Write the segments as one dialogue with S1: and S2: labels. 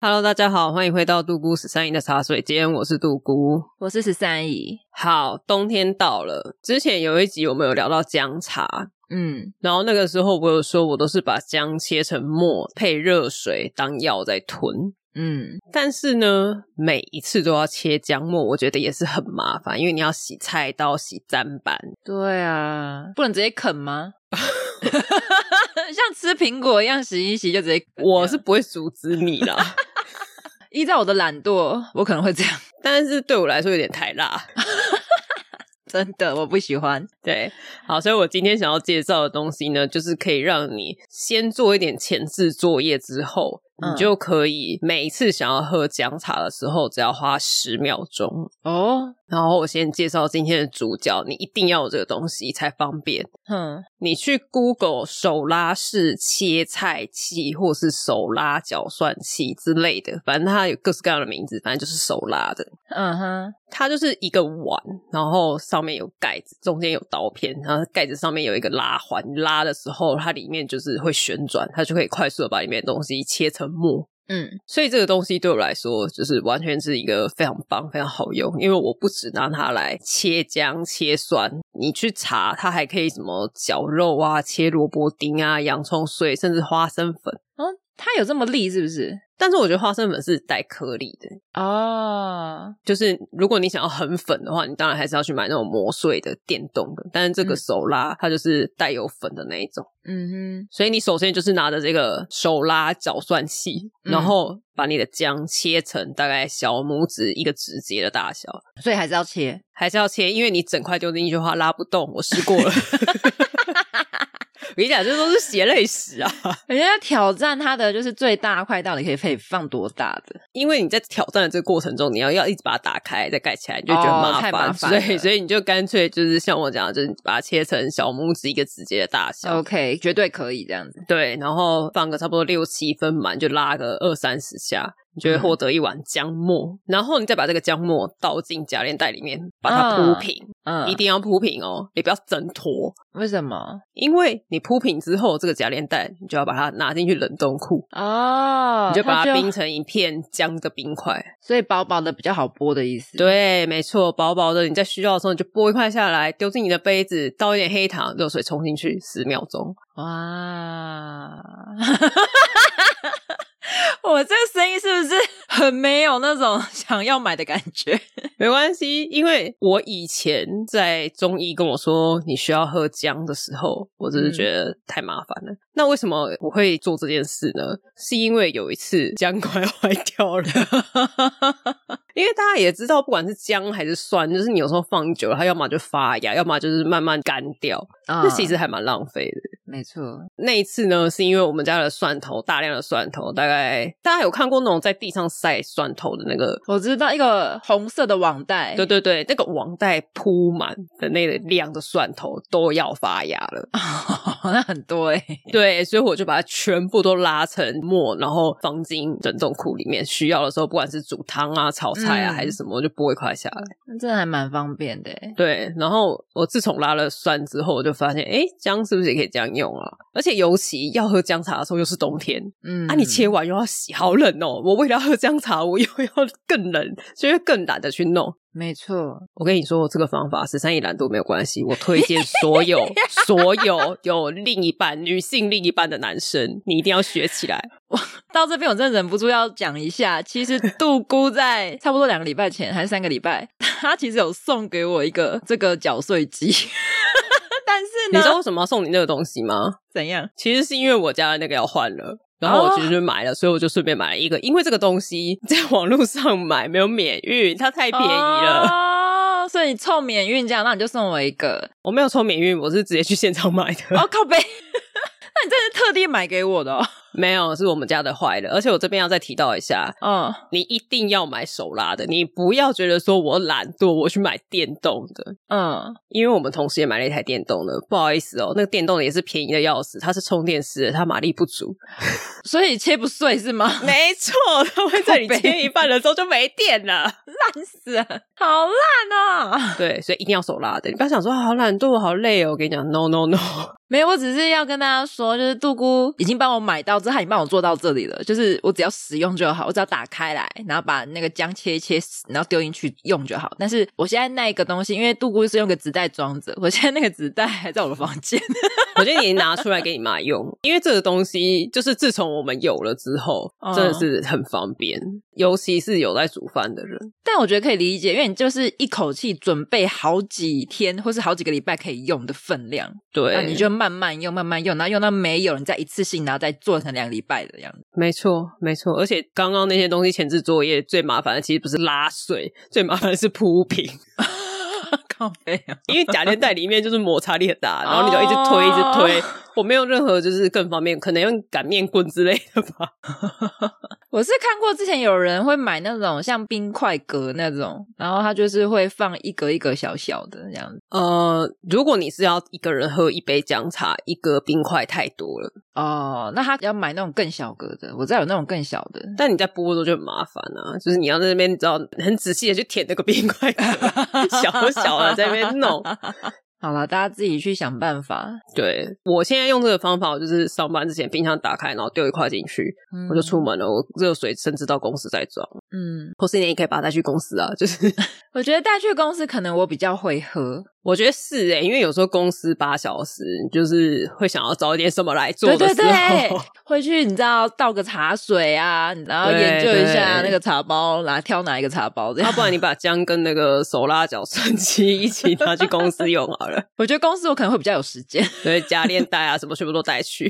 S1: Hello，大家好，欢迎回到杜姑十三姨的茶水间，我是杜姑。
S2: 我是十三姨，
S1: 好，冬天到了，之前有一集我们有聊到姜茶，
S2: 嗯，
S1: 然后那个时候我有说我都是把姜切成末，配热水当药在吞。
S2: 嗯，
S1: 但是呢，每一次都要切姜末，我觉得也是很麻烦，因为你要洗菜刀、洗砧板，
S2: 对啊，不能直接啃 吗？像吃苹果一样洗一洗就直接啃。
S1: 我是不会阻止你啦。
S2: 依照我的懒惰，我可能会这样。
S1: 但是对我来说有点太辣。
S2: 真的，我不喜欢。
S1: 对，好，所以我今天想要介绍的东西呢，就是可以让你先做一点前置作业之后，
S2: 嗯
S1: 你就可以每一次想要喝姜茶的时候，只要花十秒钟。
S2: 哦，
S1: 然后我先介绍今天的主角，你一定要有这个东西才方便。
S2: 哼，
S1: 你去 Google 手拉式切菜器，或是手拉搅蒜器之类的，反正它有各式各样的名字，反正就是手拉的。
S2: 嗯哼，
S1: 它就是一个碗，然后上面有盖子，中间有刀片，然后盖子上面有一个拉环，你拉的时候它里面就是会旋转，它就可以快速的把里面的东西切成末。
S2: 嗯，
S1: 所以这个东西对我来说，就是完全是一个非常棒、非常好用，因为我不只拿它来切姜、切蒜，你去查它还可以什么绞肉啊、切萝卜丁啊、洋葱碎，甚至花生粉。
S2: 哦，它有这么利是不是？
S1: 但是我觉得花生粉是带颗粒的，
S2: 哦，
S1: 就是如果你想要很粉的话，你当然还是要去买那种磨碎的电动的。但是这个
S2: 嗯
S1: 手拉、它就是带有粉的那一种，
S2: 嗯
S1: 所以你首先就是拿着这个手拉搅蒜器，
S2: 嗯
S1: 然后把你的姜切成大概小拇指一个指节的大小，
S2: 哼，所以还是要切。
S1: 还是要切，因为你整块丢进去的话拉不动。我试过了， 我跟你讲，这都是血泪史啊！
S2: 人家挑战它的就是最大块到底可以可以放多大的？
S1: 因为你在挑战的这个过程中，你要要一直把它打开再盖起来，你就觉得
S2: 哦
S1: 麻
S2: 太
S1: 烦，
S2: 麻烦
S1: 所以
S2: 了
S1: 所以你就干脆就是像我讲的，就是把它切成小拇指一个指节的大小，
S2: OK，绝对可以这样子。
S1: 对，然后放个差不多六七分满，就拉个二三十下。你就会
S2: 嗯
S1: 获得一碗姜末，然后你再把这个姜末倒进夹链袋里面，把它铺
S2: 嗯
S1: 平，
S2: 嗯，
S1: 一定要铺平哦，也不要挣脱，
S2: 为什么？
S1: 因为你铺平之后，这个夹链袋你就要把它拿进去冷冻库，
S2: 哦，
S1: 你就把它
S2: 它
S1: 冰成一片姜的冰块。
S2: 所以薄薄的比较好剥的意思。，
S1: 对，没错，薄薄的，你在需要的时候你就剥一块下来，丢进你的杯子，倒一点黑糖，热水冲进去，十秒钟。
S2: 哇， 我这个声音是不是很没有那种 想要买的感觉？
S1: 没关系，因为我以前在中医跟我说你需要喝姜的时候，我只是
S2: 嗯
S1: 觉得太麻烦了。那为什么我会做这件事呢？是因为有一次姜快坏掉 了，因为大家也知道，不管是姜还是蒜，就是你有时候放久了，它要么就发芽，要么就是慢慢干掉，
S2: 啊
S1: 那其实还蛮浪费的。
S2: 没错，
S1: 那一次呢，是因为我们家的蒜头大量的蒜头，大概大家有看过那种在地上晒蒜头的那个，
S2: 我知道一个红色的网袋，
S1: 对对对，那个网袋铺满的那个量的蒜头都要发芽了。
S2: 那很多哎、
S1: 对，所以我就把它全部都拉成末，然后放进冷冻库里面。需要的时候，不管是煮汤啊、炒菜啊、
S2: 嗯
S1: 还是什么，我就剥一块下来。
S2: 那真的还蛮方便的、欸。
S1: 对，然后我自从拉了蒜之后，我就发现，哎，姜是不是也可以这样用啊？而且尤其要喝姜茶的时候，又是冬天，
S2: 嗯，
S1: 啊，你切完又要洗，好冷哦！我为了要喝姜茶，我又要更冷，所以就更懒得去弄。
S2: 没错，
S1: 我跟你说，这个方法十三亿懒惰没有关系，我推荐所 有所有有另一半女性另一半的男生，你一定要学起来。
S2: 到这边我真的忍不住要讲一下，其实杜姑 在差不多两个礼拜前还是三个礼拜，她其实有送给我一个这个绞碎机， 但是
S1: 你
S2: 呢，
S1: 知道为什么要送你那个东西吗？
S2: 怎样？
S1: 其实是因为我家的那个要换了。然后
S2: 哦
S1: 我其实就买了所以我就顺便买了一 个，因为这个东西在网络上买没有免运，它太便宜了。
S2: 哦，所以你凑免运这样，那你就送我一个。
S1: 我没有抽免运，我是直接去现场买的。
S2: 哦，靠背， 那你真的是特地买给我的哦。
S1: 没有，是我们家的坏了。而且我这边要再提到一下，
S2: 嗯，
S1: 你一定要买手拉的，你不要觉得说我懒惰，我去买电动的，
S2: 嗯，
S1: 因为我们同时也买了一台电动的。不好意思哦，那个电动的也是便宜的要死，它是充电式的，它马力不足。
S2: 所以切不碎是吗？
S1: 没错，它会在你切一半的时候就没电了。
S2: 烂死了，好烂啊！
S1: 对，所以一定要手拉的。你不要想说啊好懒惰，好累哦。我跟你讲，no no no，
S2: 没有，我只是要跟大家说，就是杜姑已经帮我买到，这她已经帮我做到这里了，就是我只要使用就好，我只要打开来，然后把那个姜切一切，然后丢进去用就好。但是我现在那一个东西，因为杜姑是用个纸袋装着，我现在那个纸袋还在我的房间。
S1: 我觉得你拿出来给你妈用，因为这个东西就是自从我们有了之后，
S2: 嗯
S1: 真的是很方便，尤其是有在煮饭的人。
S2: 但我觉得可以理解，因为你就是一口气准备好几天，或是好几个礼拜可以用的分量，那
S1: 对，
S2: 你就慢慢用，慢慢用，然后用到没有，你再一次性，然后再做成两个礼拜的样子。
S1: 没错没错。而且刚刚那些东西前置作业最麻烦的其实不是拉碎，最麻烦的是铺平，
S2: 靠背啊！
S1: 因为假链袋里面就是摩擦力很大，然后你就一直推一直推。我没有任何就是更方便，可能用擀面棍之类的吧。
S2: 我是看过之前有人会买那种像冰块格那种，然后它就是会放一格一格小小的这样子。
S1: 呃，如果你是要一个人喝一杯姜茶，一个冰块太多了，
S2: 哦，那他要买那种更小格的，我知道有那种更小的。
S1: 但你在剥的时候就很麻烦啊，就是你要在那边，你知道很仔细的去舔那个冰块，小小的在那边弄。
S2: 好了，大家自己去想办法。
S1: 对我现在用这个方法，我就是上班之前冰箱打开，然后丢一块进去，
S2: 嗯
S1: 我就出门了。我热水甚至到公司再装，
S2: 嗯，
S1: 或是你也可以把它带去公司啊。就是
S2: 我觉得带去公司可能我比较会喝，
S1: 我觉得是欸诶、因为有时候公司八小时，你就是会想要找一点什么来做
S2: 对
S1: 的
S2: 对
S1: 时
S2: 对
S1: 候。，
S2: 回去你知道倒个茶水啊，然后研究一下
S1: 对对
S2: 那个茶包，拿挑哪一个茶包这
S1: 要
S2: 样。
S1: 啊不然你把姜跟那个手拉脚蒜机一起拿去公司用好了，
S2: 我觉得公司我可能会比较有时间，
S1: 所以加 链带啊什么全部都带去。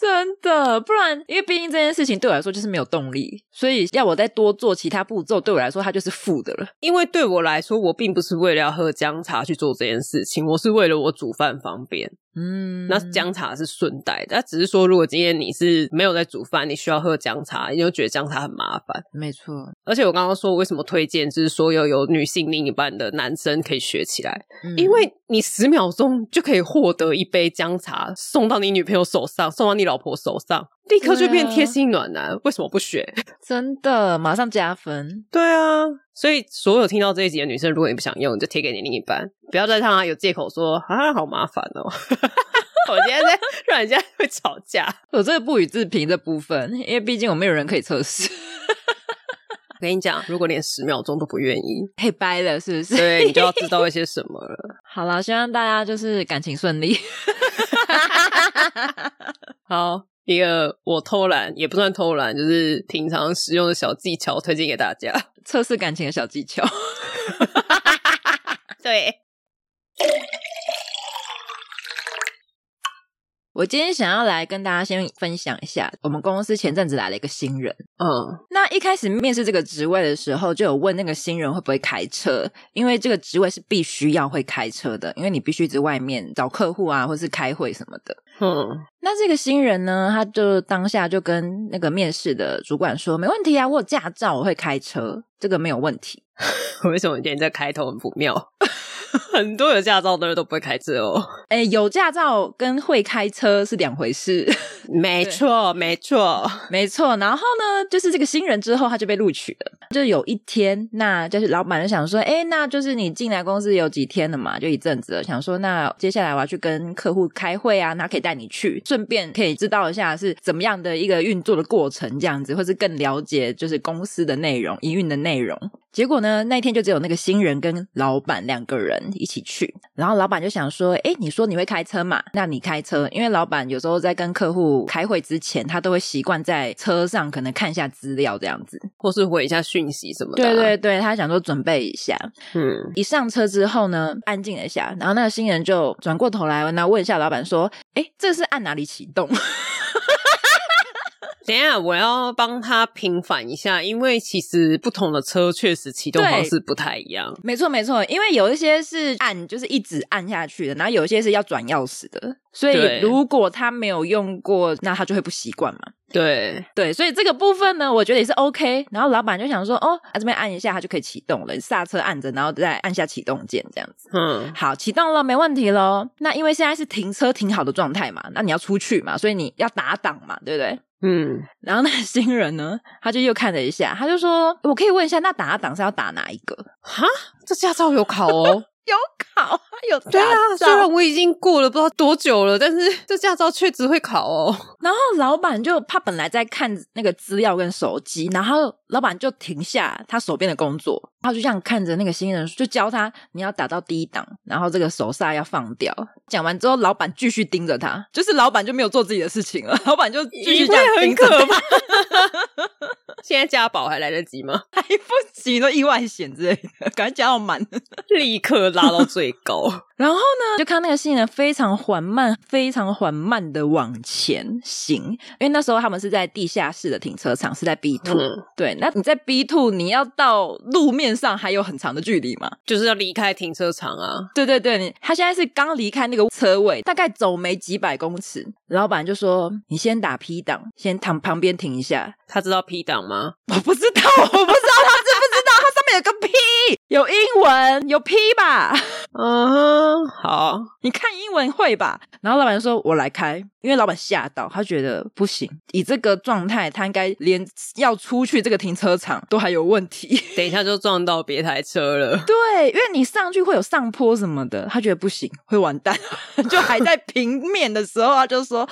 S2: 真的，不然因为毕竟这件事情对我来说就是没有动力，所以要我再多做其他步骤，对我来说它就是负的了。
S1: 因为对我来说，我并不是为了要喝姜茶去做这件事情，我是为了我煮饭方便。
S2: 嗯，
S1: 那姜茶是顺带的，那只是说，如果今天你是没有在煮饭，你需要喝姜茶，你就觉得姜茶很麻烦。
S2: 没错，
S1: 而且我刚刚说，我为什么推荐就是所有有女性另一半的男生可以学起来，
S2: 嗯
S1: 因为你十秒钟就可以获得一杯姜茶，送到你女朋友手上，送到你老婆手上，立刻就变
S2: 对啊
S1: 贴心暖男。为什么不学？
S2: 真的马上加分。
S1: 对啊，所以所有听到这一集的女生，如果你不想用，你就贴给你另一半，不要再让他有借口说啊，好麻烦哦。 我今天在让人家会吵架。
S2: 我这个不予置评这部分，因为毕竟我没有人可以测 试，
S1: 我跟你讲，如果连十秒钟都不愿意，
S2: 可以掰了，是不是？
S1: 对你就要知道一些什么了。
S2: 好啦，希望大家就是感情顺利。
S1: 好，一个我偷懒也不算偷懒，就是平常使用的小技巧推荐给大家。
S2: 测试感情的小技巧。
S1: 对，
S2: 我今天想要来跟大家先分享一下，我们公司前阵子来了一个新人。
S1: 嗯，
S2: 那一开始面试这个职位的时候，就有问那个新人会不会开车，因为这个职位是必须要会开车的，因为你必须在外面找客户啊，或是开会什么的。
S1: 嗯，
S2: 那这个新人呢，他就当下就跟那个面试的主管说：“没问题啊，我有驾照，我会开车，这个没有问题。”
S1: 为什么今天在开头很不妙？ 很多有驾照的人都不会开车哦。
S2: 哎，有驾照跟会开车是两回事。
S1: 没错，没错。
S2: 没错，然后呢，就是这个新人之后他就被录取了。就有一天，那就是老板就想说，哎，那就是你进来公司有几天了嘛，就一阵子了，想说那接下来我要去跟客户开会啊，那可以带你去，顺便可以知道一下是怎么样的一个运作的过程，这样子，或是更了解就是公司的内容、营运的内容。结果呢，那一天就只有那个新人跟老板两个人一起去，然后老板就想说：“哎，你说你会开车嘛？那你开车，因为老板有时候在跟客户开会之前，他都会习惯在车上可能看一下资料这样子。
S1: 或是回一下讯息什么的、啊
S2: 对对，对，他想说准备一下。
S1: 嗯，
S2: 一上车之后呢，安静了一下，然后那个新人就转过头来，然后问一下老板说：‘哎，这是按哪里启动？’
S1: 等一下我要帮他平反一下，因为其实不同的车确实启动
S2: 对
S1: 方式不太一样。
S2: 没错没错，因为有一些是按就是一直按下去的，然后有一些是要转钥匙的，所以
S1: 对
S2: 如果他没有用过，那他就会不习惯嘛。
S1: 对，
S2: 对，所以这个部分呢，我觉得也是 OK。然后老板就想说，哦，啊、这边按一下，它就可以启动了，刹车按着，然后再按下启动键，这样子。
S1: 嗯，
S2: 好，启动了，没问题喽。那因为现在是停车停好的状态嘛，那你要出去嘛，所以你要打档嘛，对不对？
S1: 嗯，
S2: 然后那个新人呢，他就又看了一下，他就说：“我可以问一下，那打档是要打哪一个
S1: 哈，这驾照有考哦。？”
S2: 有考，有
S1: 对
S2: 打
S1: 啊，虽
S2: 照
S1: 然我已经过了不知道多久了，但是这驾照确实会考哦。
S2: 然后老板就他本来在看那个资料跟手机，然后老板就停下他手边的工作，他就这样看着那个新人，就教他你要打到第一档，然后这个手刹要放掉。讲完之后，老板继续盯着他， 就是老板就没有做自己的事情了，老板就继续这样
S1: 因为很
S2: 盯着
S1: 可
S2: 他，
S1: 现在加保还来得及吗？
S2: 还不及都意外险之类的，赶快加到满。
S1: 立刻拉到最高。
S2: 然后呢，就看那个新人非常缓慢、非常缓慢的往前行，因为那时候他们是在地下室的停车场，是在 B two，、
S1: 嗯，
S2: 对，那你在 B two，你要到路面上还有很长的距离嘛？
S1: 就是要离开停车场啊。
S2: 对对对，你他现在是刚离开那个车位，大概走没几百公尺，老板就说：“你先打 P 档，先躺旁边停一下。
S1: 他知道 P 档吗？”
S2: 我不知道，我不知道他知不知道，它上面有个 P，有英文，有 P 吧？
S1: 嗯哼，好，
S2: 你看英文会吧？然后老板就说：“我来开。”因为老板吓到，他觉得不行，以这个状态，他应该连要出去这个停车场都还有问题。
S1: 等一下就撞到别台车 了。
S2: 对，因为你上去会有上坡什么的，他觉得不行，会完蛋。 就还在平面的时候，他就说：“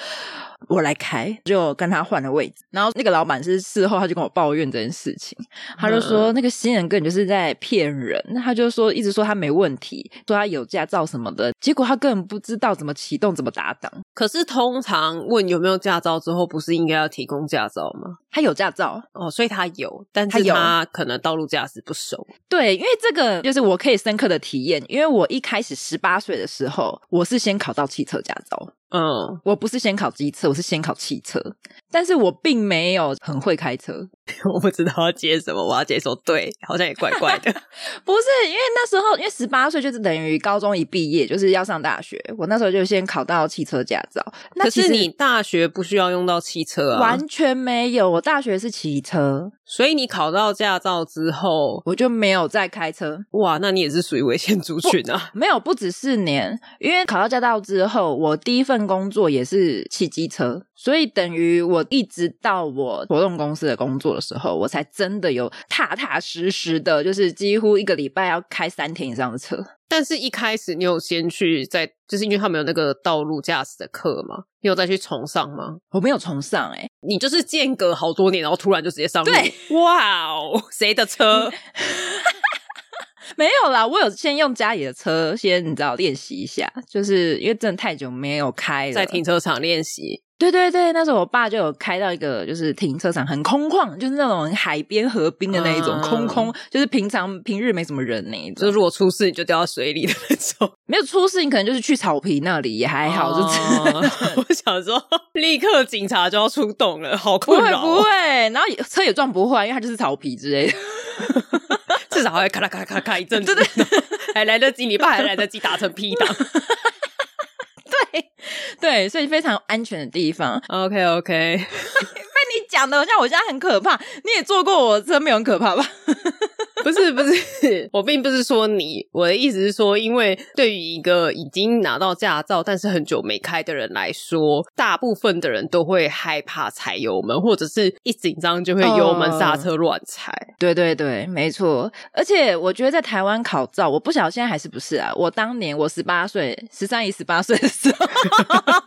S2: 我来开。”就跟他换了位置。然后那个老板是事后他就跟我抱怨这件事情，他就说、那个新人根本就是在骗人。那他就说一直说他没问题，说他有驾照什么的，结果他根本不知道怎么启动、怎么打档。
S1: 可是通常问有没有驾照之后，不是应该要提供驾照吗？
S2: 他有驾照，
S1: 哦，所以他有，但
S2: 他
S1: 是
S2: 有
S1: 他可能道路驾驶不熟。
S2: 对，因为这个就是我可以深刻的体验，因为我一开始十八岁的时候，我是先考到汽车驾照。
S1: 嗯，
S2: 我不是先考机车，我是先考汽车，但是我并没有很会开车，
S1: 我不知道要接什么，我要接说对，好像也怪怪的。
S2: 不是因为那时候因为十八岁就是等于高中一毕业就是要上大学，我那时候就先考到汽车驾照，那
S1: 可
S2: 其
S1: 是
S2: 实
S1: 你大学不需要用到汽车啊，
S2: 完全没有，我大学是骑车，
S1: 所以你考到驾照之后，
S2: 我就没有再开车。
S1: 哇，那你也是属于危险族群啊。
S2: 没有，不止四年，因为考到驾照之后，我第一份工作也是骑机车，所以等于我一直到我活动公司的工作的时候，我才真的有踏踏实实的，就是几乎一个礼拜要开三天以上的车。
S1: 但是一开始你有先去在，就是因为他们有那个道路驾驶的课嘛，你有再去重上吗？
S2: 我没有崇尚哎、
S1: 你就是间隔好多年，然后突然就直接上路，
S2: 对嗯
S1: 哇哦，谁的车？
S2: 没有啦，我有先用家里的车先你知道练习一下，就是因为真的太久没有开了，
S1: 在停车场练习，
S2: 对对对，那时候我爸就有开到一个就是停车场，很空旷，就是那种海边河滨的那一种，
S1: 嗯
S2: 空空，就是平常平日没什么人那一
S1: 就是
S2: 种。
S1: 如果出事你就掉到水里的那种。
S2: 没有出事，你可能就是去草皮那里也还好，就
S1: 哦
S2: 是
S1: 我想说，立刻警察就要出动了，好
S2: 不
S1: 困
S2: 会
S1: 扰哦、
S2: 不会，然后也车也撞不坏，因为它就是草皮之类的。
S1: 至少还会咔啦咔啦咔啦咔啦一阵子， 还来得及，你爸还来得及打成 P 档。
S2: 对，所以非常安全的地方。
S1: OK OK，
S2: 被你讲的好像我现在很可怕，你也坐过我的车，没有很可怕吧？
S1: 不是不是，我并不是说你，我的意思是说，因为对于一个已经拿到驾照但是很久没开的人来说，大部分的人都会害怕踩油门，或者是一紧张就会油门刹车乱踩。
S2: 对对对，没错。而且我觉得在台湾考照，我不晓得现在还是不是啊。我当年我十八岁，十三姨十八岁的时候，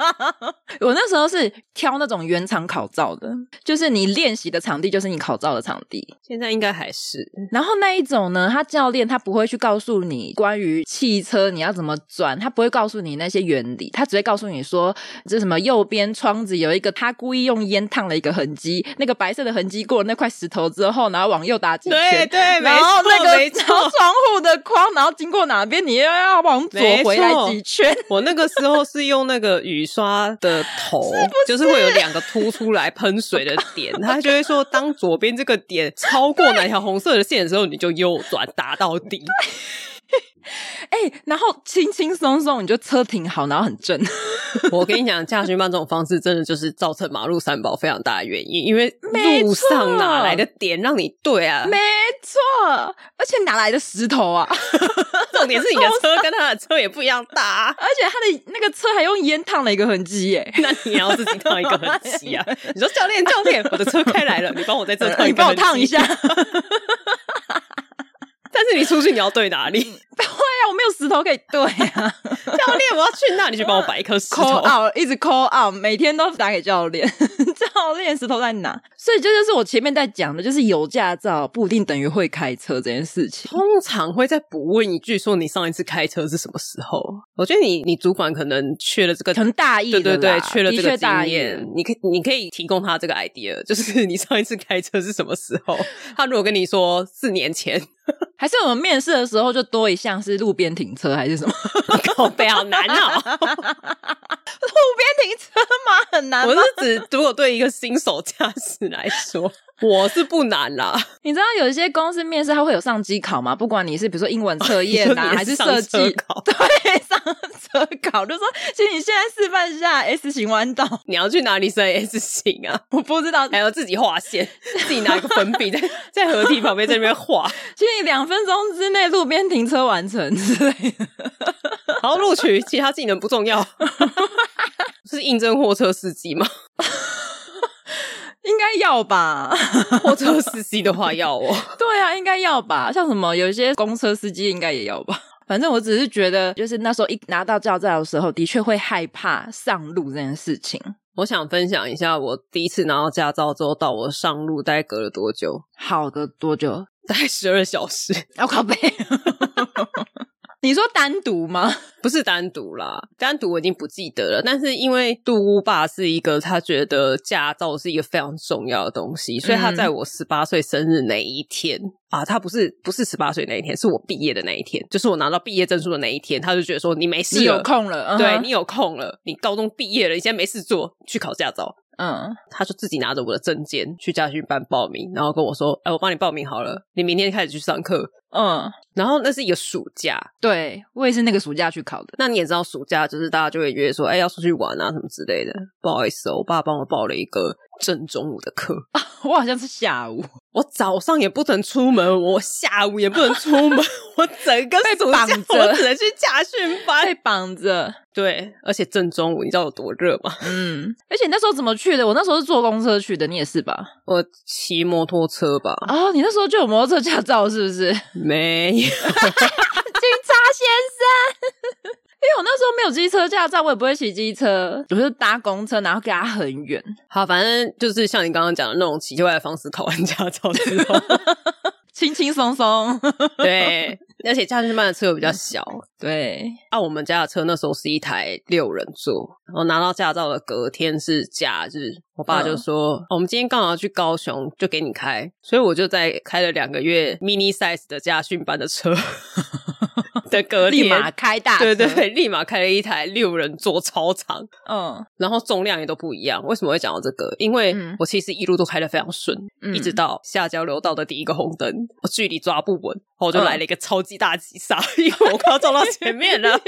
S2: 我那时候是挑那种原厂考照的，就是你练习的场地就是你考照的场地。
S1: 现在应该还是
S2: 然后那一种呢，他教练他不会去告诉你关于汽车你要怎么转，他不会告诉你那些原理，他只会告诉你说这什么右边窗子有一个他故意用烟烫了一个痕迹，那个白色的痕迹过了那块石头之后，然后往右打几圈，
S1: 对
S2: 然后那个
S1: 没
S2: 朝窗户的框，然后经过哪边，你又要往左回来几圈。
S1: 我那个时候是用那个雨刷的头，就是会有两个凸出来喷水的点，他就会说，当左边这个点超过哪条红色的线的时候，你就右转打到底。
S2: 哎、然后轻轻松松你就车停好，然后很 正，
S1: 我跟你讲，驾训班这种方式真的就是造成马路三宝非常大的原因，因为
S2: 没
S1: 路
S2: 错
S1: 上哪来的点让你对啊？
S2: 没错，而且哪来的石头啊？
S1: 重点是你的车跟他的车也不一样大、啊。
S2: 而且他的那个车还用烟烫了一个痕 迹耶、
S1: 那你要自己烫一个 痕迹啊！你说教练，教练，我的车开来了，你帮我在这烫，
S2: 呃 你帮我 烫一下。。对
S1: 但是你出去你要对哪里？教
S2: 啊呀、我没有石头可以对啊
S1: 练，我要去那，你去帮我摆一 颗石头。
S2: ，call out 一直 call out，每天都打给教练， 教练石头在哪？所以这就是我前面在讲的，就是有驾照不一定等于会开车这件事情。
S1: 通常会再补问一句，说你上一次开车是什么时候？我觉得你你主管可能缺了这个，
S2: 可能大意
S1: 对对
S2: 了
S1: 对
S2: 啦，
S1: 缺了这
S2: 的
S1: 个
S2: 确大
S1: 经
S2: 意
S1: 验，你可以你可以提供他这个 idea，就是 你上一次开车是什么时候？ 他如果跟你说四年前，
S2: 还是我们面试的时候就多一项是路边停车还 是什么？路
S1: 靠背好难哦。
S2: 边停车吗？很难
S1: 我
S2: 吗
S1: 是？指，如果对一个新手驾驶来说，我是不难啦。
S2: 你知道有一些公司面试它会有上机考吗？不管你是比如说英文测 验
S1: 你说
S2: 啊，
S1: 你
S2: 还是
S1: 上
S2: 设
S1: 车
S2: 计，
S1: 考
S2: 对，上车考就说，请你现在示范一下哎 S 型弯道。
S1: 你要去哪里升 S 型啊？
S2: 我不知道，
S1: 还要自己画线，自己拿一个粉笔在在河堤旁边在那边画，
S2: 请你两分钟之内路边停车完成之类的。
S1: 然后录取其他技能不重要。是应征货车司机吗？
S2: 应该要吧？
S1: 货车司机的话要哦。
S2: 对啊，应该要吧。像什么有一些公车司机应该也要吧。 反正我只是觉得，就是那时候一拿到驾照的时候，的确会害怕上路这件事情。
S1: 我想分享一下我第一次拿到驾照之后到我上路大概隔了多久？
S2: 好个多久？
S1: 大概十二小时，
S2: 要靠背。 你说单独吗？
S1: 不是单独啦，单独我已经不记得了。但是因为杜乌爸是一个他觉得驾照是一个非常重要的东西，所以他
S2: 嗯
S1: 在我十八岁生日那一天、啊，他不是不是十八岁那一天，是我毕业的那一天，就是我拿到毕业证书的那一天，他就觉得说你没事
S2: 你有
S1: 了，
S2: 空了，
S1: 对
S2: 嗯
S1: 你有空了，你高中毕业了，你现在没事做，去考驾照。
S2: 嗯，
S1: 他就自己拿着我的证件去家训班报名，然后跟我说：“哎，我帮你报名好了，你明天开始去上课。
S2: 嗯，”
S1: 然后那是一个暑假，
S2: 对我也是那个暑假去考的。
S1: 那你也知道，暑假就是大家就会约说，哎、要出去玩啊什么之类的。不好意思哦，我爸帮我报了一个正中午的课，
S2: 我好像是下午
S1: 我早上也不能出门，我下午也不能出门，我整个暑假
S2: 绑着
S1: 我只能去驾训
S2: 被
S1: 班。
S2: 绑着，
S1: 对，而且正中午你知道有多热吗？
S2: 嗯，而且你那时候怎么去的？我那时候是坐公车去的，你也是吧？
S1: 我骑摩托车吧，
S2: 哦，你那时候就有摩托车驾照是不是？警
S1: 没有，
S2: 察先生， 因为我那时候没有机车驾照，我也不会骑机车，我就搭公车，然后给他很远。
S1: 好，反正就是像你刚刚讲的那种奇怪的方式，考完驾照之后，
S2: 轻轻松松，
S1: 对，而且驾训班的车又比较小，
S2: 对，
S1: 啊，我们家的车那时候是一台六人座，我拿到驾照的隔天是假日，我爸
S2: 嗯
S1: 就说、哦我们今天刚好要去高雄，就给你开，所以我就在开了两个月 mini size 的家训班的 车的隔天，
S2: 立马开大，
S1: 对对，对，立马开了一台六人座超长，
S2: 嗯
S1: 然后重量也都不一样。为什么会讲到这个？因为
S2: 嗯
S1: 我其实一路都开得非常顺，
S2: 嗯
S1: 一直到下交流道的第一个红灯，我距离抓不稳，然后我就
S2: 嗯
S1: 来了一个超级大急刹， 因为我快要撞到前面了。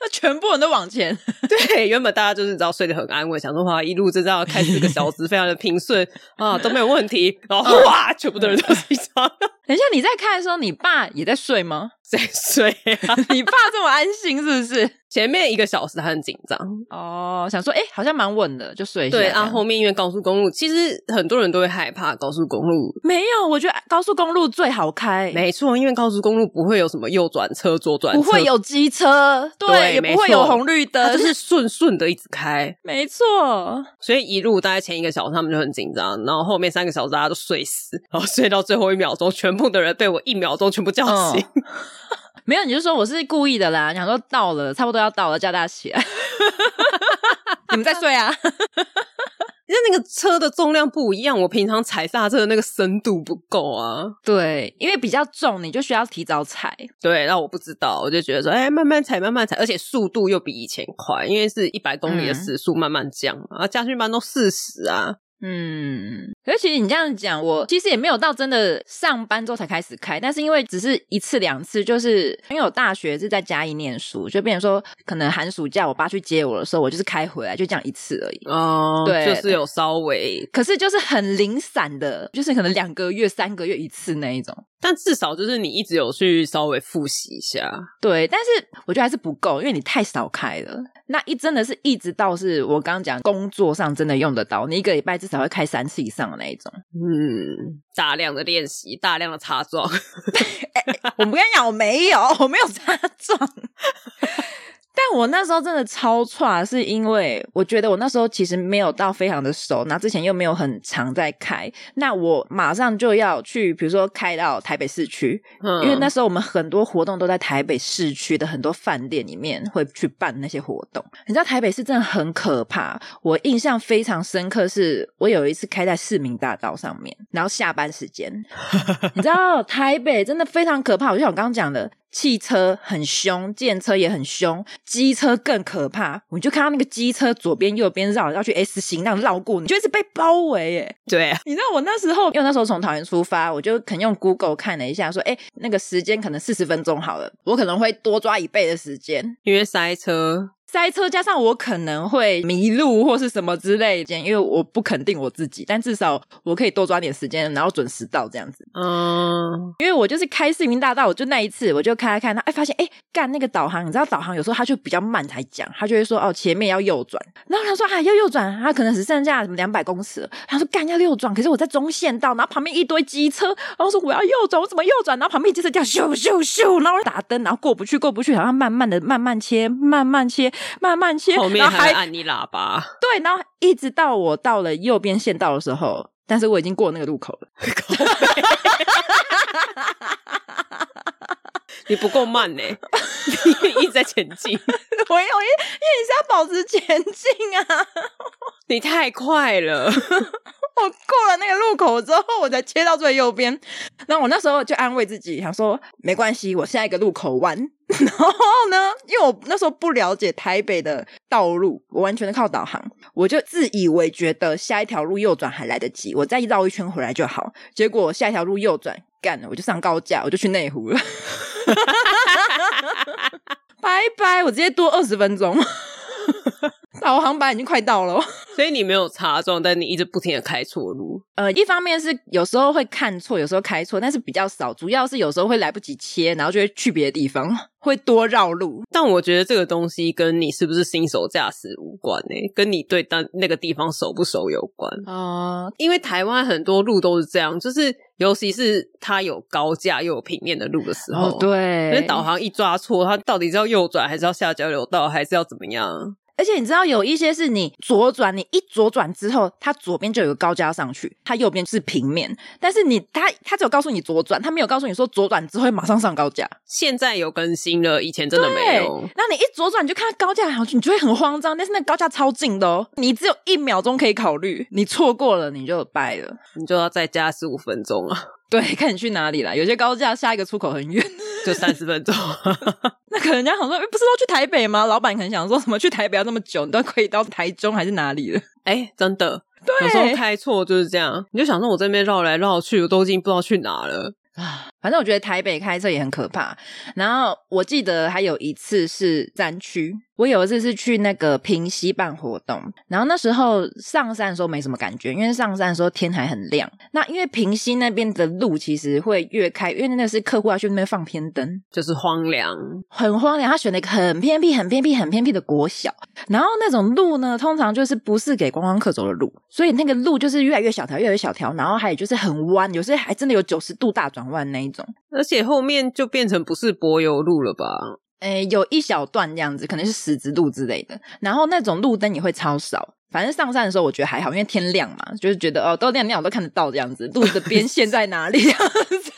S2: 那全部人都往前，
S1: 对，原本大家就是你知道睡得很安稳，想说哇一路就这样开四个小 时，非常的平顺啊都没有问题，然后
S2: 嗯
S1: 哇全部的人都睡着了，
S2: 等一下，你在看的时候，你爸也在睡吗？
S1: 在睡啊。
S2: 你爸这么安心是不是？
S1: 前面一个小时他很紧张，
S2: 哦，想说，哎、好像蛮稳的，就睡一下。
S1: 对
S2: 这样
S1: 啊，后面因为高速公路，其实很多人都会害怕高速公路。
S2: 没有，我觉得高速公路最好开，
S1: 没错，因为高速公路不会有什么右转车、左转车，
S2: 不会有机车，
S1: 对
S2: 也
S1: 没
S2: 不会有
S1: 错
S2: 红绿
S1: 它
S2: 灯
S1: 就，是顺顺的一直开，
S2: 没错。
S1: 所以一路大概前一个小时他们就很紧张，然后后面三个小时大家都睡死，然后睡到最后一秒钟，全部的人被我一秒钟全部叫醒。
S2: 嗯没有，你就说我是故意的啦，想说到 了，差不多要到了，叫大家起来。你们在睡啊？
S1: 因为那个车的重量不一样，我平常踩刹车的那个深度不够啊。
S2: 对，因为比较重，你就需要提早踩。
S1: 对，那我不知道，我就觉得说，哎、慢慢踩，慢慢踩，而且速度又比以前快，因为是一百公里的时速慢慢降嘛，啊，家训班都四十啊，
S2: 嗯，可是其实你这样讲，我其实也没有到真的上班之后才开始开，但是因为只是一次两次，就是因为我大学是在嘉义念书，就变成说可能寒暑假我爸去接我的时候，我就是开回来，就这样一次而已。
S1: 哦，
S2: 对
S1: 就是有稍微，
S2: 可是就是很零散的，就是可能两个月、三个月一次那一种。
S1: 但至少就是你一直有去稍微复习一下，
S2: 对，但是我觉得还是不够，因为你太少开了。那一真的是一直到是我刚刚讲工作上真的用得到，你一个礼拜至少会开三次以上的那一种。
S1: 嗯，大量的练习，大量的擦撞，
S2: 我不跟你讲，我没有，我没有擦撞。 但我那时候真的超差，是因为我觉得我那时候其实没有到非常的熟，那之前又没有很常在开，那我马上就要去，比如说开到台北市区，
S1: 嗯
S2: 因为那时候我们很多活动都在台北市区的很多饭店里面会去办那些活动。你知道台北市真的很可怕，我印象非常深刻是，我有一次开在市民大道上面，然后下班时间，你知道台北真的非常可怕，我就像我刚刚讲的。汽车很凶，电车也很凶，机车更可怕。我就看到那个机车左边右边绕，要去 S 型那样绕过，你就一直被包围耶。
S1: 对啊，
S2: 你知道我那时候，因为那时候从桃园出发，我就可能用 Google 看了一下，说，哎、那个时间可能四十分钟好了，我可能会多抓一倍的时间。
S1: 因为塞车，
S2: 塞车加上我可能会迷路或是什么之类的，因为我不肯定我自己，但至少我可以多抓点时间，然后准时到这样子。
S1: 嗯，
S2: 因为我就是开市民大道，我就那一次，我就开开看，哎，发现哎，干那个导航，你知道导航有时候它就比较慢才讲，它就会说哦前面要右转，然后他说啊要右转，它可能只剩下什么两百公尺了，他说干要右转，可是我在中线道，然后旁边一堆机车，然后说我要右转，我怎么右转？然后旁边就是这样咻咻咻，然后打灯，然后过不去过不去，然后慢慢的慢慢切，慢慢切，慢慢切，
S1: 后面
S2: 然后
S1: 还
S2: 还
S1: 会按你喇叭，
S2: 对，然后一直到我到了右边线道的时候，但是我已经过那个路口了。
S1: 你不够慢呢、 你一直在前进，
S2: 我有，因为因为你是要保持前进啊。
S1: 你太快了，
S2: 我过了那个路口之后，我才切到最右边。然后我那时候就安慰自己，想说没关系，我下一个路口弯。 然后呢，因为我那时候不了解台北的道路，我完全的靠导航，我就自以为觉得下一条路右转还来得及，我再绕一圈回来就好。结果下一条路右转，干了，我就上高架，我就去内湖了。 拜拜，我直接多二十分钟。 导航版已经快到了。
S1: 所以你没有擦撞，但你一直不停的开错路，
S2: 呃，一方面是有时候会看错，有时候开错，但是比较少。主要是有时候会来不及切，然后就会去别的地方，会多绕路。
S1: 但我觉得这个东西跟你是不是新手驾驶无关呢、跟你对当那个地方熟不熟有关。
S2: 哦、
S1: 因为台湾很多路都是这样，就是尤其是它有高架又有平面的路的时候，
S2: 哦，，对，
S1: 因为导。航一抓错，它到底是要右转还是要下交流道，还是要怎么样？
S2: 而且你知道有一些是你左转，你一左转之后，它左边就有个高架上去，它右边是平面，但是你它它只有告诉你左转，它没有告诉你说左转之后会马上上高架。
S1: 现在有更新了，以前真的没
S2: 对，
S1: 有。
S2: 那你一左转你就看到高架上去，你就会很慌张，但是那个高架超近的哦，你只有一秒钟可以考虑，你错过了你就掰了。
S1: 你就要再加十五分钟啊，
S2: 对，看你去哪里啦。有些高架下一个出口很远，
S1: 就三十分钟。啊
S2: 那可能人家想说，哎诶不是都去台北吗？老板可能想说什么去台北要那么久，你都可以到台中还是哪里了？
S1: 哎、真的，有时候开错就是这样，你就想说我这边绕来绕去，我都已经不知道去哪了。
S2: 啊，反正我觉得台北开车也很可怕。然后我记得还有一次是山区，我有一次是去那个平溪办活动，然后那时候上山的时候没什么感觉，因为上山的时候天还很亮。那因为平溪那边的路其实会越开，因为那是客户要去那边放偏灯，
S1: 就是荒凉，
S2: 很荒凉，他选了一个很偏僻、很偏僻、很偏僻的国小，然后那种路呢，通常就是不是给观光客走的路，所以那个路就是越来越小条，越来越小条，然后还有就是很弯，有些还真的有九十度大转弯那一种。
S1: 而且后面就变成不是柏油路了吧？
S2: 诶，有一小段这样子，可能是十字路之类的，然后那种路灯也会超少。反正上山的时候我觉得还好，因为天亮嘛，就是觉得哦都亮亮，我都看得到这样子，路的边线在哪里这样子。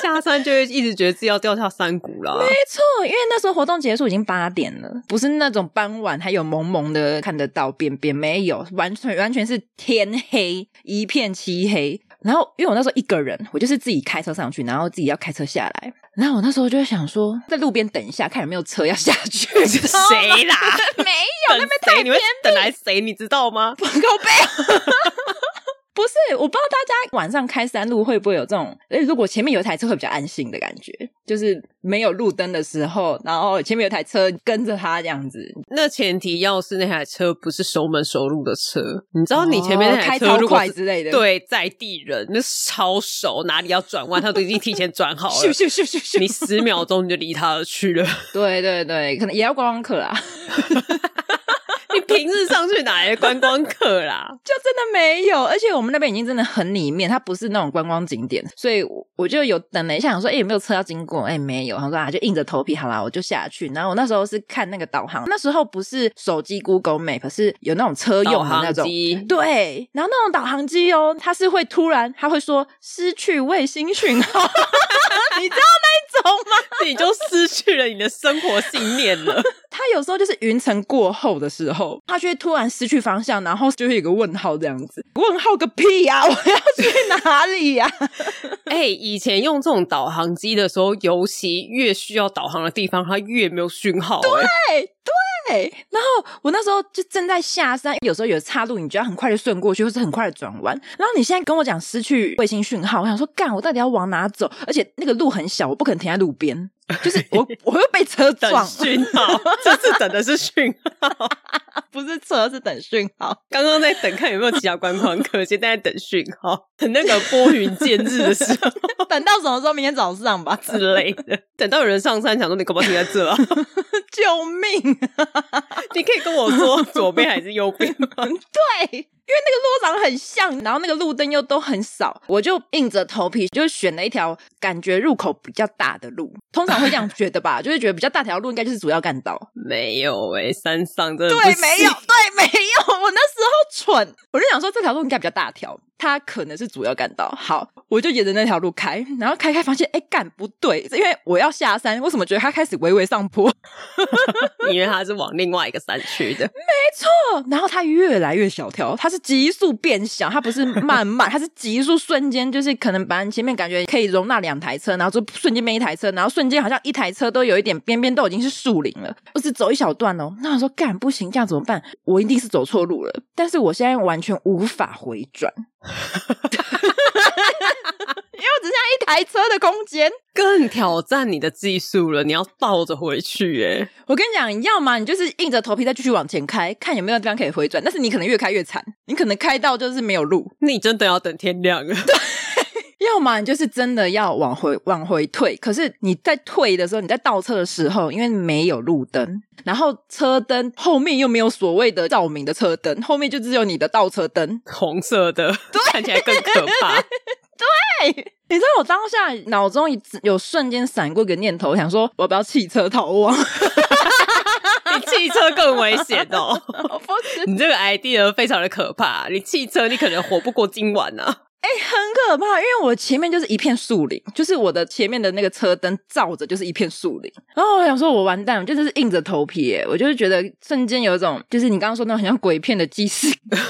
S1: 下山就会一直觉得自己要掉下山谷啦。
S2: 错，因为那时候活动结束已经八点了，不是那种傍晚还有蒙蒙的看得到边边，没有，完全完全是天黑，一片漆黑。然后因为我那时候一个人，我就是自己开车上去，然后自己要开车下来。然后我那时候就在想说，在路边等一下，看有没有车要下去。你知道吗
S1: 谁啦？
S2: 没有，
S1: 等谁？你会等来谁？你知道吗？
S2: 狗背。不是，我不知道大家晚上开山路会不会有这种，诶如果前面有一台车会比较安心的感觉，就是没有路灯的时候，然后前面有台车跟着他这样子，
S1: 那前提要是那台车不是熟门熟路的车，你知道你前面
S2: 哦
S1: 那台
S2: 开
S1: 车
S2: 超
S1: 如果
S2: 快
S1: 是
S2: 之类的，，
S1: 对在地人，那超熟，哪里要转弯，他都已经提前转好
S2: 咻
S1: 了。
S2: 咻咻咻咻，
S1: 你十秒钟你就离他而去了，
S2: 对对对，可能也要观光客啦，
S1: 你平日上去哪来的观光客 啦？
S2: 就真的没有，而且我们那边已经真的很里面，它不是那种观光景点，所以我我就有等了一下，想说，哎、有没有车要经过？哎、没有，他说啊，就硬着头皮，好啦，我就下去。然后我那时候是看那个导航，那时候不是手机 Google Map，是有那种车用
S1: 导
S2: 的那
S1: 航
S2: 种。
S1: 机，
S2: 对，然后那种导航机哦，它是会突然，它会说失去卫星讯号， 你知道那一种吗？
S1: 你就失去了你的生活信念 了。
S2: 它有时候就是云层过后的时候，它就会突然失去方向，然后就会有一个问号这样子。问号个屁呀、 我要去哪里啊呀、
S1: 哎、以前用这种导航机的时候，尤其越需要导航的地方，它越没有讯号、
S2: 啊
S1: 哎
S2: 对，然后我那时候就正在下山，有时候有岔路，你就要很快的顺过去，或是很快的转弯。然后你现在跟我讲失去卫星讯号，我想说干，我到底要往哪走？而且那个路很小，我不可能停在路边，就是我 我会被车
S1: 等
S2: 撞，
S1: 讯号， 这次等的是讯号。
S2: 不是车是等讯号。
S1: 刚刚在等看有没有其他观光客，现在在等讯号，等那个拨云见日的时候
S2: 等到什么时候？明天早上吧，
S1: 之类的。等到有人上山，想说你干嘛停在这啊？
S2: 救命！
S1: 你可以跟我说左边还是右边吗？
S2: 对，因为那个路长得很像，然后那个路灯又都很少，我就硬着头皮就选了一条感觉入口比较大的路。通常会这样觉得 吧，就是觉得比较大条路应该就是主要干道。
S1: 没有哎、山上真的
S2: 对
S1: 不，行
S2: 没有，对，没有。我那时候蠢，我就想说这条路应该比较大条，它可能是主要干道。好，我就沿着那条路开，然后开开发现，哎，干不对，因为我要下山，为什么觉得它开始微微上坡？
S1: 因为它是往另外一个山去的。
S2: 哦 然后它越来越小条，它是急速变小，它不是慢慢，它是急速瞬间，就是可能把你前面感觉可以容纳两台车，然后就瞬间变一台车，然后瞬间好像一台车都有一点边边都已经是树林了，我只走一小段哦。那我说干不行，这样怎么办？我一定是走错路了，但是我现在完全无法回转， 因为我只剩下一台车的空间。
S1: 更挑战你的技术了，你要倒着回去哎、
S2: 我跟你讲，要么你就是硬着头皮再继续往前开，看有没有地方可以回转，但是你可能越开越惨，你可能开到就是没有路。
S1: 你真的要等天亮了。
S2: 要么你就是真的要往回往回退，可是你在退的时候，你在倒车的时候，因为没有路灯，然后车灯后面又没有所谓的照明的车灯，后面就只有你的倒车灯。
S1: 红色的，看起来更可怕。
S2: 你知道我当下脑中一直有瞬间闪过一个念头，想说我要不要弃车逃亡？
S1: 比汽车更危险哦。
S2: 我不是
S1: 你这个 idea 非常的可怕，你汽车你可能活不过今晚啊。
S2: 很可怕，因为我前面就是一片树林，就是我的前面的那个车灯照着就是一片树林。然后我想说，我完蛋，我就真是硬着头皮耶，我就是觉得瞬间有一种，就是你刚刚说那种很像鬼片的既视感。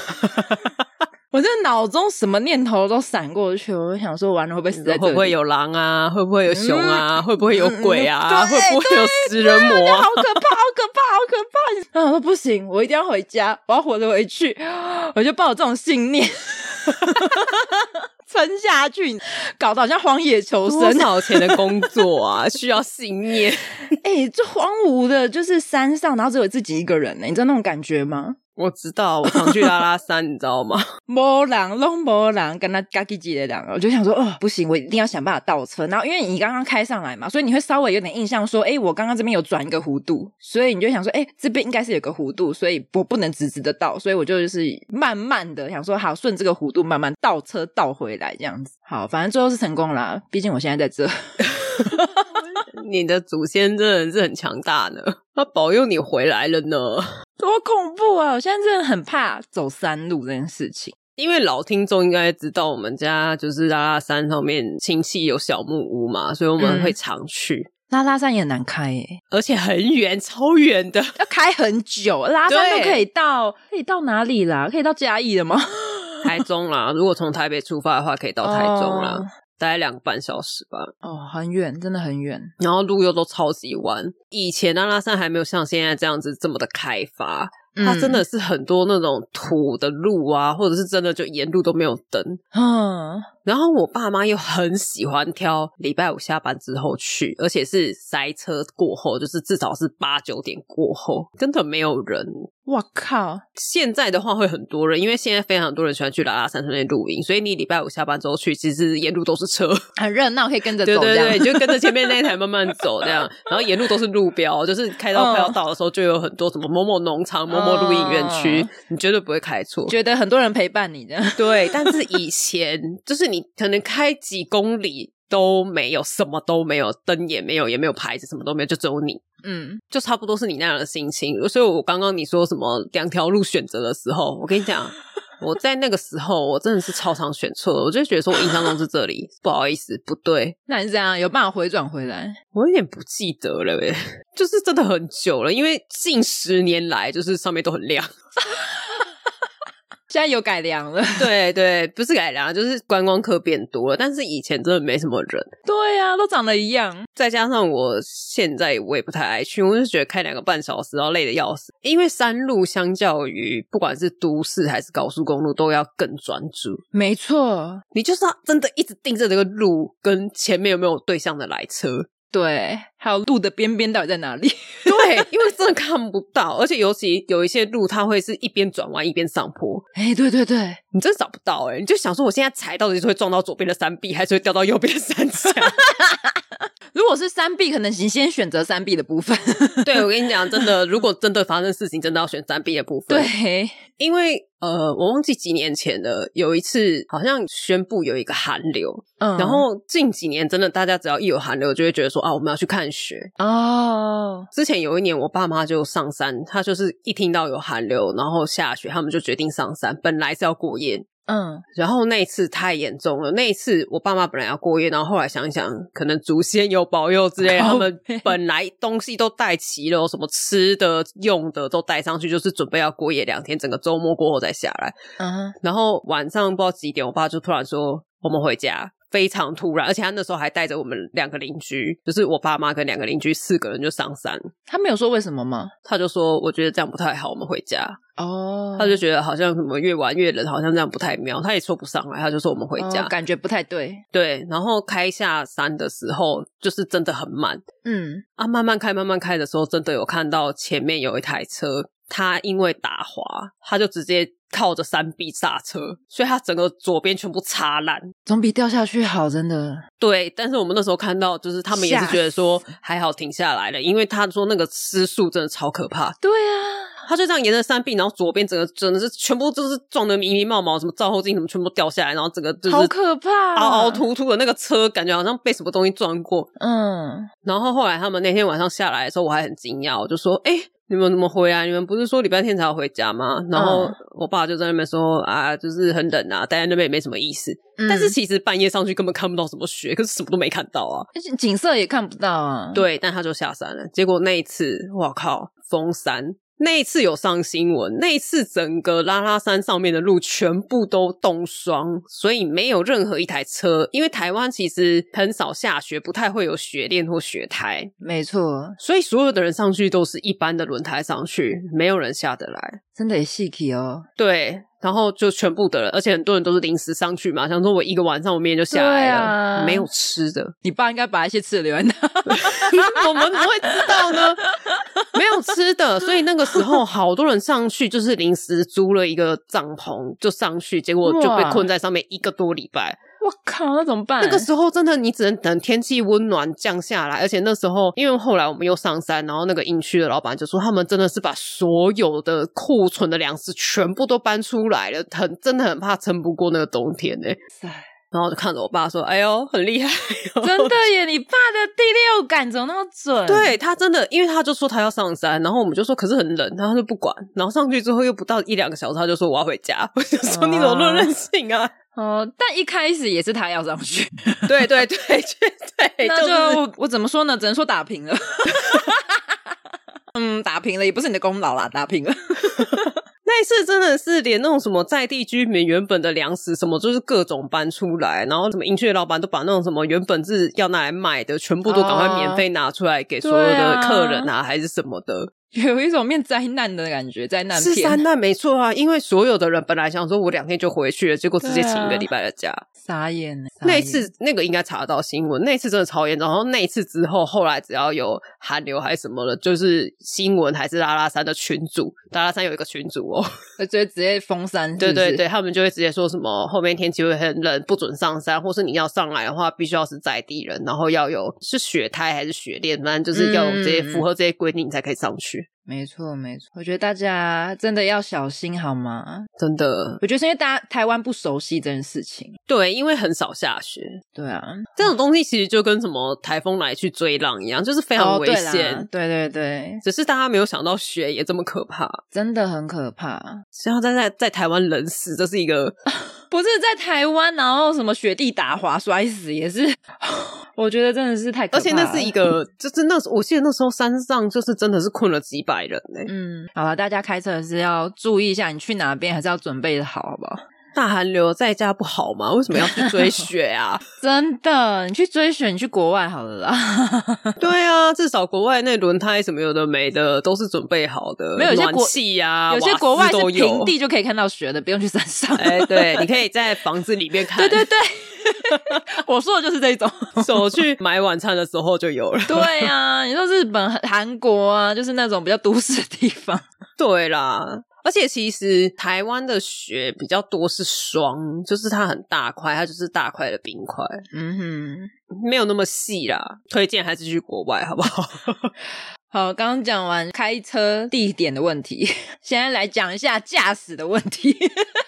S2: 我这脑中什么念头都闪过去，我就想说，完了会不会死在这里？
S1: 会不会有狼啊？会不会有熊啊？会不会有鬼啊？
S2: 嗯
S1: 会
S2: 对
S1: 不会有食人
S2: 我
S1: 魔
S2: 觉得
S1: 啊？
S2: 好可怕，好可怕，好可怕！然后我说不行，我一定要回家，我要活着回去。 我就抱有这种信念 撑下去，搞得好像荒野求
S1: 多
S2: 生。
S1: 少钱的工作啊？需要信念？
S2: 哎、这荒芜的，就是山上，然后只有自己一个人呢，你知道那种感觉吗？
S1: 我知道，我常去拉拉山，你知道吗？
S2: 没人，拢没人，跟他嘎叽叽的人，我就想说，哦，不行，我一定要想办法倒车。然后因为你刚刚开上来嘛，所以你会稍微有点印象，说，哎、我刚刚这边有转一个弧度，所以你就想说，哎、这边应该是有个弧度，所以我不能直直的倒，所以我就是慢慢的想说，好，顺这个弧度慢慢倒车倒回来这样子。好，反正最后是成功啦，毕竟我现在在这。
S1: 你的祖先真的是很强大呢， 他保佑你回来了呢。
S2: 多恐怖啊！我现在真的很怕走山路这件事情。
S1: 因为老听众应该知道，我们家就是拉拉山后面亲戚有小木屋嘛，所以我们
S2: 嗯
S1: 会常去，
S2: 拉拉山也很难开耶，
S1: 而且很远， 超远的。
S2: 要开很久，拉拉山
S1: 对
S2: 都可以到，可以到哪里啦？可以到嘉义了吗？
S1: 台中啦，如果从台北出发的话，可以到台中啦，
S2: 哦
S1: 大概两个半小时吧。
S2: 哦，很远，真的很远。
S1: 然后路又都超级弯。以前阿拉山还没有像现在这样子这么的开发，
S2: 嗯
S1: 它真的是很多那种土的路啊，或者是真的就沿路都没有灯。
S2: 嗯，
S1: 然后我爸妈又很喜欢挑礼拜五下班之后去，而且是塞车过后，就是至少是八九点过后，根本没有人。
S2: 我靠，
S1: 现在的话会很多人，因为现在非常多人喜欢去拉拉山上面露营，所以你礼拜五下班之后去，其实沿路都是 车。
S2: 很热闹，可以跟着
S1: 对
S2: 走，
S1: 对
S2: 这样
S1: 对，就跟着前面那一台慢慢走这样， 然后沿路都是路标，就是开到
S2: 嗯
S1: 快要到的时候，就有很多什么某某农场、某某露营园区
S2: 哦，
S1: 你绝对不会开错。
S2: 觉得很多人陪伴你这样。
S1: 对，但是以前 就是你可能开几公里都没有，什么都没有，灯也没有，也没有牌子，什么都没有，就只有你。
S2: 嗯，
S1: 就差不多是你那样的心情，所以我刚刚你说什么两条路选择的时候，我跟你讲，我在那个时候我真的是超常选错的，我就觉得说我印象中是这里，不好意思，不对，
S2: 那你是这样有办法回转回来？
S1: 我有点不记得了耶，就是真的很久了，因为近十年来就是上面都很亮。
S2: 现在有改良了。
S1: 对对，不是改良，就是观光客变多了，但是以前真的没什么人，
S2: 对呀、都长得一样。
S1: 再加上我现在我也不太爱去，我就觉得开两个半小时然后累得要死，因为山路相较于不管是都市还是高速公路都要更专注。
S2: 没错，
S1: 你就是要真的一直盯着这个路，跟前面有没有对向的来车，
S2: 对，还有路的边边到底在哪里？
S1: 对，因为真的看不到，而且尤其有一些路，它会是一边转弯一边上坡，
S2: 哎，对对对，
S1: 你真的找不到哎、你就想说我现在踩到底是会撞到左边的山壁，还是会掉到右边的山墙？
S2: 如果是三 B，可能你先选择三 B 的部分。
S1: 对，我跟你讲，真 的，如果真的发生事情，真的要选山壁的部分。，
S2: 对，
S1: 因为呃，我忘记几年前了，有一次好像宣布有一个寒流，
S2: 嗯
S1: 然后近几年真的大家只要一有寒流，就会觉得说啊，我们要去看雪。
S2: 哦，
S1: 之前有一年，我爸妈就上山，他就是一听到有寒流，然后下雪，他们就决定上山。本来是要过夜，
S2: 嗯，
S1: 然后那一次太严重了，那一次我爸妈本来要过夜，然后后来想一想，可能祖先有保佑之类，
S2: 靠
S1: 他们
S2: 北
S1: 本来东西都带齐了，什么吃的、用的都带上去，就是准备要过夜两天，整个周末过后再下来。
S2: 嗯，
S1: 然后晚上不知道几点，我爸就突然说我们回家，非常突然，而且他那时候还带着我们两个邻居，就是我爸妈跟两个邻居四个人就上山，
S2: 他没有说为什么吗？
S1: 他就说我觉得这样不太好，我们回家。
S2: 哦
S1: 他就觉得好像什么越玩越冷，好像这样不太妙，他也说不上来，他就说我们回家。
S2: 哦感觉不太对。
S1: 对，然后开下山的时候，就是真的很慢
S2: 嗯，
S1: 啊，慢慢开，慢慢开的时候，真的有看到前面有一台车，它因为打滑，它就直接靠着山壁刹车，所以它整个左边全部擦烂。
S2: 总比掉下去好，真的。
S1: 对，但是我们那时候看到，就是他们也是
S2: 吓死
S1: 觉得说还好停下来了，因为他说那个失速真的超可怕，
S2: 对啊，
S1: 他就这样沿着山壁，然后左边整个真的是全部就是撞得迷迷毛毛，什么照后镜什么全部掉下来，然后整个就是
S2: 好可怕啊
S1: 凹凹凸凸的那个车，感觉好像被什么东西撞过。
S2: 嗯，
S1: 然后后来他们那天晚上下来的时候，我还很惊讶，我就说：“哎、你们怎么回来？你们不是说礼拜天才要回家吗？”然后
S2: 嗯
S1: 我爸就在那边说：“啊，就是很冷啊，待在那边也没什么意思。
S2: 嗯
S1: 但是其实半夜上去根本看不到什么雪，可是什么都没看到啊。
S2: 而且景色也看不到啊。，
S1: 对，但他就下山了。结果那一次，我靠，封山！那一次有上新闻，那一次整个拉拉山上面的路全部都冻霜，所以没有任何一台车。因为台湾其实很少下雪，不太会有雪链或雪胎，
S2: 没错，
S1: 所以所有的人上去都是一般的轮胎上去，没有人下得来。
S2: 真的也细体哦。
S1: 对，然后就全部的人，而且很多人都是临时上去嘛，想说我一个晚上我明天就下来了，
S2: 对啊
S1: 没有吃的，
S2: 你爸应该把一些吃的留在那。
S1: 我们怎么会知道呢？ 没有吃的，所以那个时候好多人上去就是临时租了一个帐篷就上去，结果就被
S2: 哇
S1: 困在上面一个多礼拜。
S2: 我靠，那怎么办？
S1: 那个时候真的你只能等天气温暖降下来，而且那时候因为后来我们又上山，然后那个营区的老板就说他们真的是把所有的库存的粮食全部都搬出来了，很真的很怕撑不过那个冬天呢、
S2: 塞
S1: 然后我就看着我爸说：“哎呦，很厉害、哦！”
S2: 真的耶，你爸的第六感怎么那么准？
S1: 对他真的，因为他就说他要上山，然后我们就说可是很冷，然后他就不管，然后上去之后又不到一两个小时，他就说我要回家。 我就说你怎么那么任性啊？
S2: 哦，但一开始也是他要上 去，
S1: 对对对 对对，
S2: 那
S1: 就是
S2: 哎就我怎么说呢？只能说打平了。 嗯，打平了也不是你的功劳啦，打平了。
S1: 那一次真的是连那种什么在地居民原本的粮食什么，就是各种搬出来，然后什么营区的老板都把那种什么原本是要拿来卖的，全部都赶快免费拿出来给所有的客人哦啊，还是什么的，
S2: 有一种面灾难的感觉，灾难
S1: 是三
S2: 片，
S1: 难没错啊。因为所有的人本来想说我两天就回去了，结果直接请一个礼拜的假。
S2: 傻眼呢。
S1: 那一
S2: 傻眼
S1: 次那个应该查得到新闻，那一次真的超严重。然后那一次之后，后来只要有寒流还是什么的，就是新闻还是拉拉山的群主，拉拉山有一个群主哦，
S2: 我觉得直接封山，
S1: 对
S2: 是不是
S1: 对对，，他们就会直接说什么后面天气会很冷，不准上山，或是你要上来的话，必须要是在地人，然后要有是雪胎还是雪链，反正就是要有这些
S2: 嗯
S1: 符合这些规定，你才可以上去。
S2: 没错没错。我觉得大家真的要小心好吗？
S1: 真的，
S2: 我觉得是因为大家台湾不熟悉这件事情，
S1: 对，因为很少下雪，
S2: 对啊，
S1: 这种东西其实就跟什么台风来去追浪一样，就是非常
S2: 哦
S1: 危
S2: 对啦
S1: 险。
S2: 对对对，
S1: 只是大家没有想到雪也这么可怕，
S2: 真的很可怕。
S1: 然后在在在台湾冷死，这是一个
S2: 不是在台湾，然后什么雪地打滑摔死也是， 我觉得真的是太可怕欸
S1: 而
S2: 了。
S1: 且那是一个，就是那时候我记得那时候山上就是真的是困了几百人欸呢、
S2: 嗯，好了，大家开车是要注意一下，你去哪边还是要准备的好，好不好？
S1: 大寒流在家不好吗？为什么要去追雪啊？
S2: 真的，你去追雪，你去国外好了啦。
S1: 对啊，至少国外那轮胎什么有的没的都是准备好的，
S2: 没有有些
S1: 暖
S2: 国
S1: 气呀、
S2: 有些
S1: 瓦斯
S2: 国外是
S1: 都有
S2: 平。地就可以看到雪的，不用去山上。
S1: 哎、对，你可以在房子里面看，
S2: 对对对，我说的就是这种。
S1: 对，手去买晚餐的时候就有了。
S2: 对啊，你说日本、韩国啊，就是那种比较都市的地方。
S1: 对啦，而且其实台湾的雪比较多是霜，就是它很大块，它就是大块的冰块，
S2: 嗯哼。
S1: 没有那么细啦。推荐还是去国外好不 好？
S2: 好，刚刚讲完开车地点的问题，现在来讲一下驾驶的问题。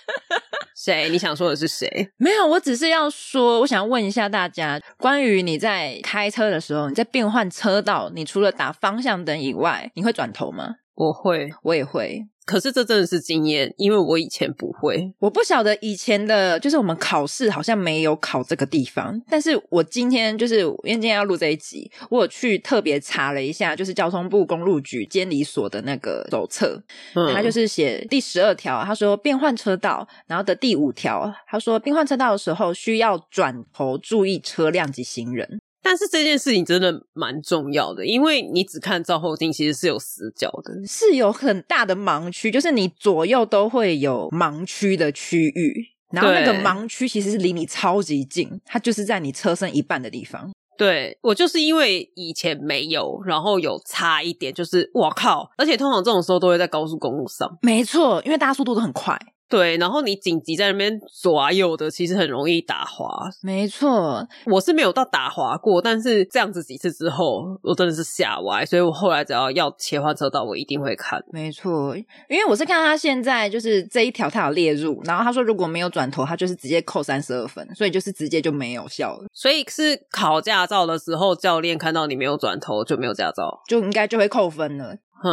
S1: 谁？你想说的是谁？
S2: 没有，我只是要说，我想问一下大家，关于你在开车的时候，你在变换车道，你除了打方向灯以外，你会转头吗？
S1: 我会，
S2: 我也会。
S1: 可是这真的是经验，因为我以前不会。
S2: 我不晓得以前的，就是我们考试好像没有考这个地方，但是我今天就是因为今天要录这一集，我有去特别查了一下，就是交通部公路局监理所的那个手册，
S1: 嗯，
S2: 他就是写第十二条，他说变换车道，然后的第五条，他说变换车道的时候需要转头注意车辆及行人。
S1: 但是这件事情真的蛮重要的，因为你只看照后镜，其实是有死角的。
S2: 是有很大的盲区，就是你左右都会有盲区的区域，然后那个
S1: 对
S2: 盲区其实是离你超级近，它就是在你车身一半的地方。
S1: 对我就是因为以前没有，然后有差一点，就是我靠！而且通常这种时候都会在高速公路上，
S2: 没错，因为大家速度都很快。
S1: 对，然后你紧急在那边左啊右的，其实很容易打滑。
S2: 没错，
S1: 我是没有到打滑过，但是这样子几次之后，我真的是吓歪，所以我后来只要要切换车道，我一定会看。
S2: 没错，因为我是看他现在就是这一条他有列入，然后他说如果没有转头，他就是直接扣三十二分，所以就是直接就没有效了，
S1: 所以是考驾照的时候，教练看到你没有转头就没有驾照。
S2: 就应该就会扣分了。
S1: 嗯，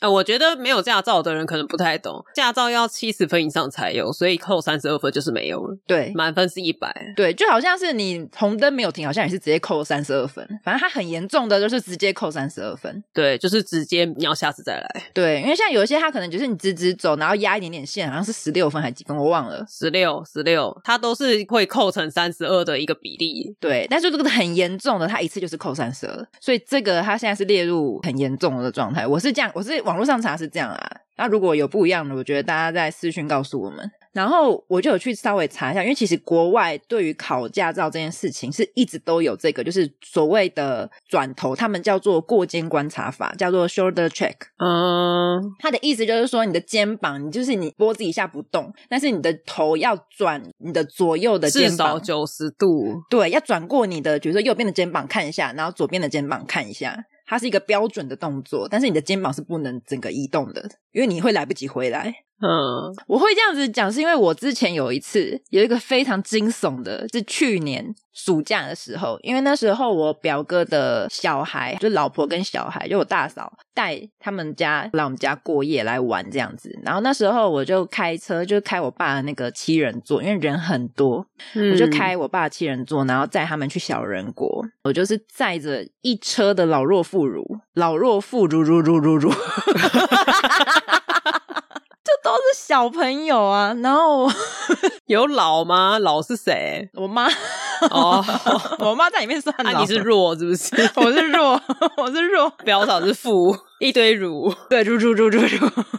S1: 啊，我觉得没有驾照的人可能不太懂，驾照要七十分以上才有，所以扣三十二分就是没有了，
S2: 对。
S1: 满分是一百。
S2: 对，就好像是你红灯没有停，好像也是直接扣三十二分。反正他很严重的就是直接扣三十二分。
S1: 对，就是直接你要下次再来。
S2: 对，因为像有一些他可能就是你直直走，然后压一点点线，好像是十六分还几分，我忘了。
S1: 十六，十六，它都是会扣成三十二的一个比例。
S2: 对，但是这个很严重的，他一次就是扣三十二，所以这个他现在是列入很严重的状态。我是这样，我是网络上查是这样啊。那如果有不一样的，我觉得大家在私讯告诉我们。然后我就有去稍微查一下，因为其实国外对于考驾照这件事情是一直都有这个，就是所谓的转头，他们叫做过肩观察法，叫做 shoulder check。
S1: 嗯，
S2: 他的意思就是说，你的肩膀，你就是你脖子以下不动，但是你的头要转你的左右的
S1: 至
S2: 肩
S1: 少
S2: 膀，
S1: 九十度。
S2: 对，要转过你的，比如说右边的肩膀看一下，然后左边的肩膀看一下，它是一个标准的动作，但是你的肩膀是不能整个移动的，因为你会来不及回来。
S1: 嗯，
S2: 我会这样子讲，是因为我之前有一次有一个非常惊悚的，是去年暑假的时候，因为那时候我表哥的小孩，就老婆跟小孩，就我大嫂带他们家来我们家过夜来玩这样子。然后那时候我就开车，就开我爸的那个七人座，因为人很多，我
S1: 嗯
S2: 就开我爸的七人座，然后载他们去小人国。我就是载着一车的老弱妇孺，老弱妇孺，孺孺 孺 孺。就都是小朋友啊，然后我？
S1: 有老吗？老是谁
S2: 我妈，
S1: 哦，
S2: 我妈在里面算老，
S1: 啊，你是弱是不是？
S2: 我是弱， 我是弱，
S1: 表嫂是 富，一堆乳。
S2: 对，猪猪猪猪猪。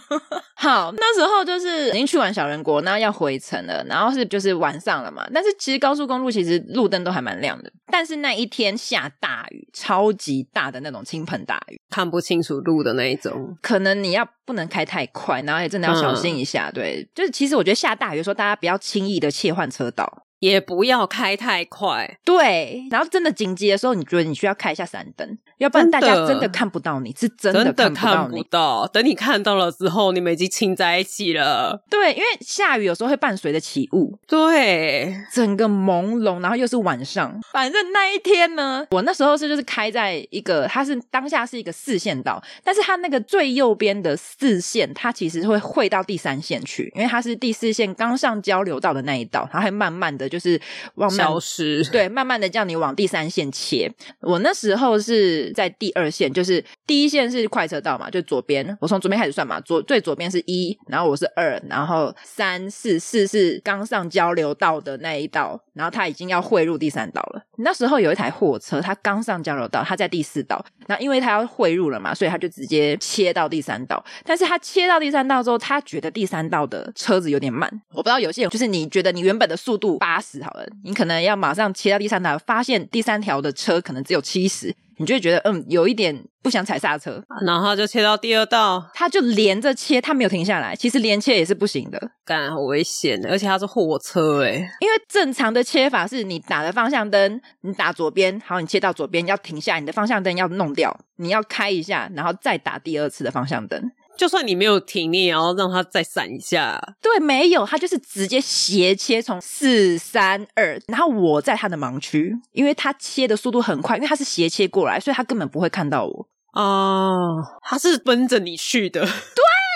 S2: 好，那时候就是已经去完小人国，那要回程了，然后是就是晚上了嘛。但是其实高速公路其实路灯都还蛮亮的，但是那一天下大雨，超级大的那种倾盆大雨，
S1: 看不清楚路的那一种。
S2: 可能你要不能开太快，然后也真的要小
S1: 嗯
S2: 心一下。对，就是其实我觉得下大雨的时候，大家不要轻易的切换车道。
S1: 也不要开太快，
S2: 对，然后真的紧急的时候，你觉得你需要开一下闪灯，要不然大家
S1: 真的
S2: 真的看不到你，是真
S1: 真
S2: 看不到
S1: 看
S2: 你。
S1: 不到。等你看到了之后，你们已经亲在一起了。
S2: 对，因为下雨有时候会伴随着起雾，
S1: 对，
S2: 整个朦胧，然后又是晚上。反正那一天呢，我那时候是就是开在一个，它是当下是一个四线道，但是它那个最右边的四线，它其实会汇到第三线去，因为它是第四线刚上交流道的那一道，它会慢慢的就是往慢
S1: 消失。
S2: 对，慢慢的叫你往第三线切。我那时候是在第二线，就是第一线是快车道嘛，就左边，我从左边开始算嘛，左最左边是一，然后我是二，然后三四四是刚上交流道的那一道，然后它已经要汇入第三道了。那时候有一台货车，它刚上交流道，它在第四道，那因为它要汇入了嘛，所以它就直接切到第三道。但是他切到第三道之后，他觉得第三道的车子有点慢。我不知道有些人就是你觉得你原本的速度八十好了，你可能要马上切到第三道，发现第三条的车可能只有七十，你就会觉得嗯有一点不想踩刹车，
S1: 然后就切到第二道，
S2: 他就连着切，他没有停下来。其实连切也是不行的，
S1: 干好危险的，而且它是货车欸诶、
S2: 因为正常的切法是你打了方向灯，你打左边，好，你切到左边要停下，你的方向灯要弄掉，你要开一下，然后再打第二次的方向灯。
S1: 就算你没有停，你也要让它再闪一下。
S2: 对，没有，他就是直接斜切从四三二，然后我在他的盲区，因为他切的速度很快，因为他是斜切过来，所以他根本不会看到我。
S1: 哦，他是奔着你去的，对，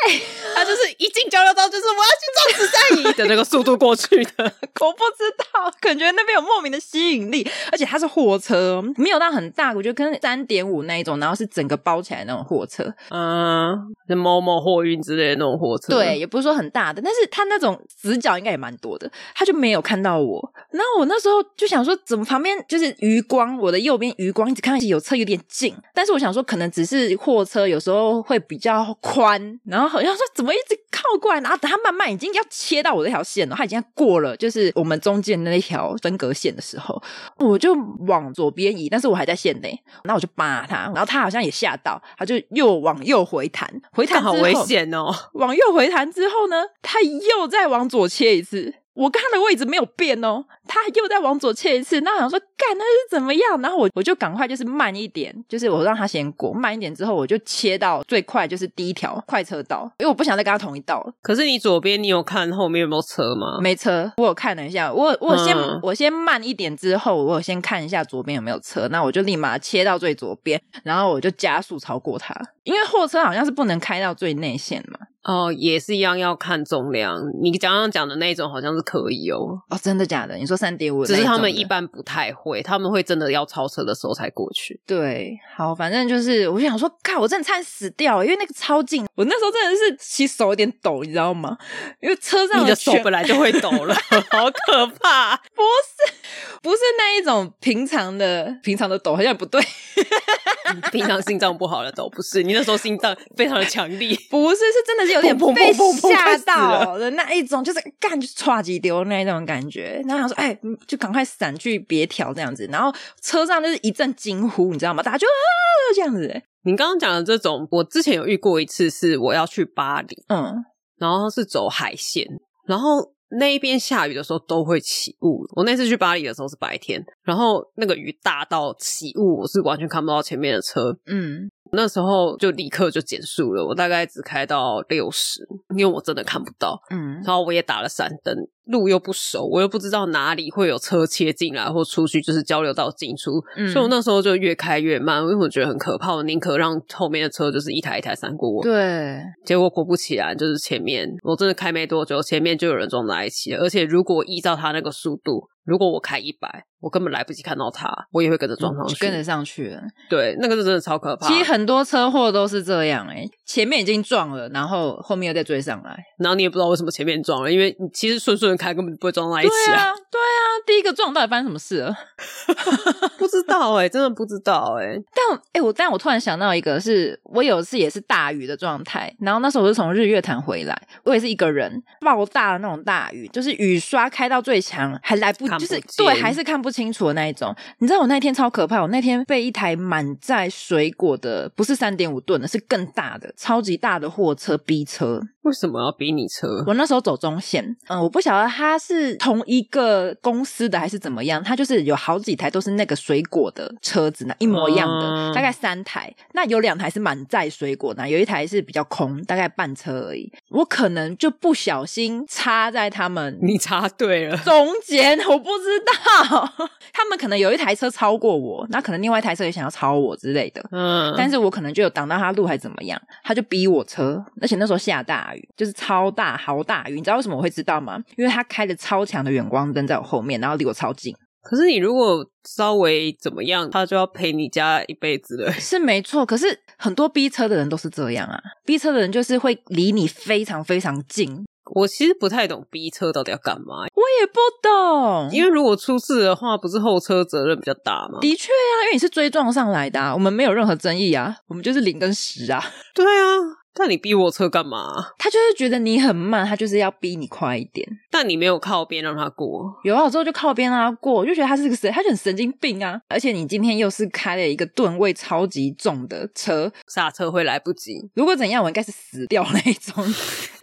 S1: 他就是一进交流道就是我要去撞子弹椅的那个速度过去的，
S2: 我不知道，感觉那边有莫名的吸引力，而且它是货车哦，没有到很大，我觉得可能三点五那一种，然后是整个包起来那种货车，
S1: 嗯，那某某货运之类的那种货车，
S2: 对，，也不是说很大的，但是他那种死角应该也蛮多的，他就没有看到我。然后我那时候就想说，怎么旁边就是余光，我的右边余光一直看，有车有点近，但是我想说，可能只是货车有时候会比较宽，然后好像说怎么一直靠过来，然后等他慢慢已经要切到我这条线了，他已经要过了，就是我们中间的那条分隔线的时候，我就往左边移，但是我还在线内，那我就扒他，然后他好像也吓到，他就又往右回弹，回弹
S1: 看好
S2: 之
S1: 危
S2: 后
S1: 险哦，
S2: 往右回弹之后呢，他又再往左切一次。我跟他的位置没有变哦，他又再往左切一次。那我想说，干那是怎么样？然后我我就赶快就是慢一点，就是我让他先过，慢一点之后我就切到最快就是第一条快车道，因为我不想再跟他同一道了。
S1: 可是你左边你有看后面有没有车吗？
S2: 没车，我有看了一下，我我先、
S1: 嗯
S2: 我先慢一点之后，我有先看一下左边有没有车，那我就立马切到最左边，然后我就加速超过他，因为货车好像是不能开到最内线嘛。
S1: 哦，也是一样要看重量。你刚刚讲的那种好像是可以哦，
S2: 哦，真的假的？你说三点五？
S1: 只是他们一般不太会，他们会真的要超车的时候才过去。
S2: 对，好，反正就是，我就想说，靠，我真的差点死掉，因为那个超近，我那时候真的是其实手有点抖，你知道吗？因为车上
S1: 你的手
S2: 全
S1: 本来就会抖 了，好可怕！
S2: 不是那一种平常的平常的抖，好像也不对，
S1: 你平常心脏不好的抖不是，你那时候心脏非常的强力。
S2: 不是，是真的是有点
S1: 砰砰
S2: 被
S1: 砰砰砰
S2: 吓
S1: 快死
S2: 到的那一种，就是干就是歘几丢那一种感觉。然后想说，哎，就赶快闪去别调这样子。然后车上就是一阵惊呼，你知道吗？大家就啊这样子，
S1: 你刚刚讲的这种，我之前有遇过一次，是我要去巴黎，
S2: 嗯，
S1: 然后是走海线，然后那一边下雨的时候都会起雾。我那次去巴黎的时候是白天，然后那个雨大到起雾，我是完全看不到前面的车。
S2: 嗯，
S1: 那时候就立刻就减速了，我大概只开到六十，因为我真的看不到。
S2: 嗯，
S1: 然后我也打了闪灯，路又不熟，我又不知道哪里会有车切进来或出去，就是交流道进出，
S2: 嗯
S1: 所以我那时候就越开越慢，因为我觉得很可怕，我宁可让后面的车就是一台一台闪过我。
S2: 对，
S1: 结果果不其然，就是前面我真的开没多久，前面就有人撞在一起了，而且如果依照他那个速度，如果我开一百，我根本来不及看到他，我也会跟着撞上去。
S2: 嗯跟着上去了。
S1: 对，那个是真的超可怕。
S2: 其实很多车祸都是这样、欸，前面已经撞了，然后后面又再追上来。
S1: 然后你也不知道为什么前面撞了，因为你其实顺顺地开根本不会撞在一
S2: 对
S1: 起啊。
S2: 啊，对啊，第一个撞到底发生什么事了？
S1: 不知道哎、真的不知道哎、
S2: 但哎、欸我但我突然想到一个是，我有一次也是大雨的状态，然后那时候我是从日月潭回来，我也是一个人，爆炸的那种大雨，就是雨刷开到最强，还来不
S1: 看不
S2: 就是
S1: 见
S2: 对，还是看不清楚的那一种。你知道我那天超可怕，我那天被一台满载水果的，不是三点五吨的，是更大的、超级大的货车逼车，
S1: 为什么要逼你车？
S2: 我那时候走中线，嗯，我不晓得他是同一个公司的还是怎么样，他就是有好几台都是那个水果的车子呢，一模一样的，
S1: 嗯
S2: 大概三台，那有两台是满载水果呢，有一台是比较空，大概半车而已。我可能就不小心插在他们
S1: 你插对了，
S2: 中间，我不知道， 他们可能有一台车超过我，那可能另外一台车也想要超我之类的，
S1: 嗯，
S2: 但是我可能就有挡到他路还怎么样，他就逼我车，而且那时候下大雨，就是超大好大雨，你知道为什么我会知道吗？因为他开了超强的远光灯在我后面，然后离我超近，
S1: 可是你如果稍微怎么样，他就要陪你家一辈子了。
S2: 是没错。可是很多逼车的人都是这样啊，逼车的人就是会离你非常非常近，
S1: 我其实不太懂逼车到底要干嘛，
S2: 我也不懂，
S1: 因为如果出事的话，不是后车责任比较大吗？
S2: 的确啊，因为你是追撞上来的、啊，我们没有任何争议啊，我们就是零跟十啊。
S1: 对啊，但你逼我车干嘛？
S2: 他就是觉得你很慢，他就是要逼你快一点。
S1: 但你没有靠边让他过，
S2: 有啊，我之后就靠边让他过，我就觉得他是个神，他就很神经病啊！而且你今天又是开了一个吨位超级重的车，
S1: 刹车会来不及。
S2: 如果怎样，我应该是死掉那一种，因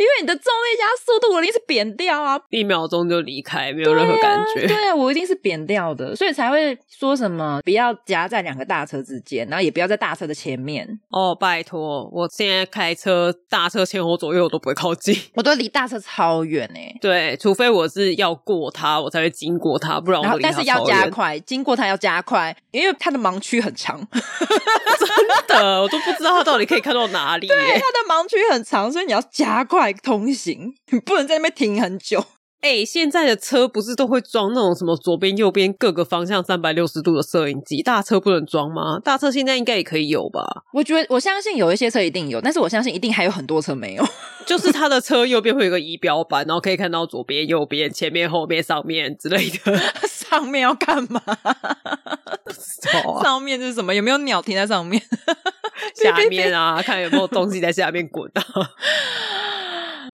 S2: 为你的重力加速度，我一定是扁掉啊！
S1: 一秒钟就离开，没有任何感觉。
S2: 对啊，我一定是扁掉的，所以才会说什么不要夹在两个大车之间，然后也不要在大车的前面，
S1: 哦，拜托，我现在开车，大车前后左右我都不会靠近。
S2: 我都离大车超远哎、
S1: 对，除非我是要过它，我才会经过它，不然哦我
S2: 然
S1: 会
S2: 后
S1: 离
S2: 但
S1: 它
S2: 是要
S1: 超
S2: 加
S1: 远
S2: 快，经过它要加快，因为它的盲区很长。
S1: 真的，我都不知道它到底可以看到哪里耶。
S2: 对，它的盲区很长，所以你要加快通行， 你不能在那边停很久。
S1: 哎、现在的车不是都会装那种什么左边、右边各个方向三百六十度的摄影机？大车不能装吗？大车现在应该也可以有吧？
S2: 我觉得我相信有一些车一定有，但是我相信一定还有很多车没有。
S1: 就是它的车右边会有个仪表板，然后可以看到左边、右边、前面、后面、上面之类 的。
S2: 上面要干嘛？
S1: 哦
S2: 上面是什么？有没有鸟停在上面？
S1: 下面啊，看有没有东西在下面滚啊。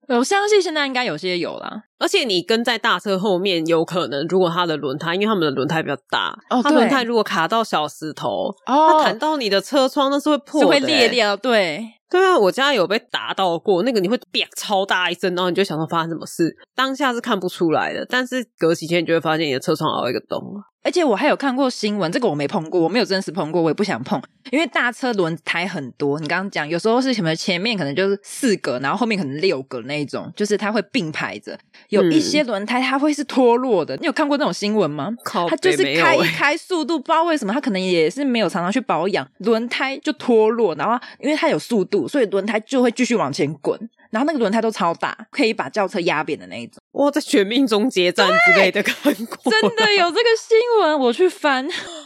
S2: 我相信现在应该有些有啦。
S1: 而且你跟在大车后面，有可能如果它的轮胎，因为他们的轮胎比较大，
S2: 哦
S1: 它轮
S2: 对
S1: 胎如果卡到小石头，它弹
S2: 哦，
S1: 到你的车窗，那是会破
S2: 是
S1: 的、
S2: 会裂
S1: 欸。
S2: 掉，对。
S1: 对啊，我家有被打到过，那个你会“啪”超大一声，然后你就想说发生什么事，当下是看不出来的，但是隔几天你就会发现你的车窗凹一个洞。
S2: 而且我还有看过新闻，这个我没碰过，我没有真实碰过，我也不想碰，因为大车轮胎很多。你刚刚讲，有时候是什么前面可能就是四个，然后后面可能六个那一种，就是它会并排着。有一
S1: 嗯
S2: 些轮胎它会是脱落的，你有看过那种新闻吗？
S1: 靠北，
S2: 它就是
S1: 哦没有
S2: 开一
S1: 欸、
S2: 开速度，不知道为什么它可能也是没有常常去保养，轮胎就脱落，然后因为它有速度，所以轮胎就会继续往前滚，然后那个轮胎都超大，可以把轿车压扁的那 一种。
S1: 哇，在《全命终结战》之类的看过，
S2: 真的有这个新闻，我去翻。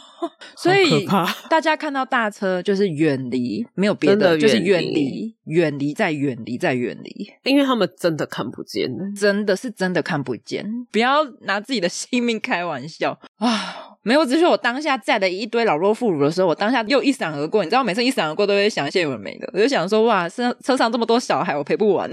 S2: 所以
S1: 好可怕
S2: 大家看到大车就是远离，没有别
S1: 真的
S2: 就是
S1: 远
S2: 远
S1: 离
S2: 离，远离再远离再远离，
S1: 因为他们真的看不见。
S2: 真的是真的看不见，不要拿自己的性命开玩笑啊！没有，只是我当下载了一堆老弱妇孺的时候，我当下又一闪而过。你知道，每次一闪而过都会想一些有的没的，我就想说，哇，车车上这么多小孩，我陪不完。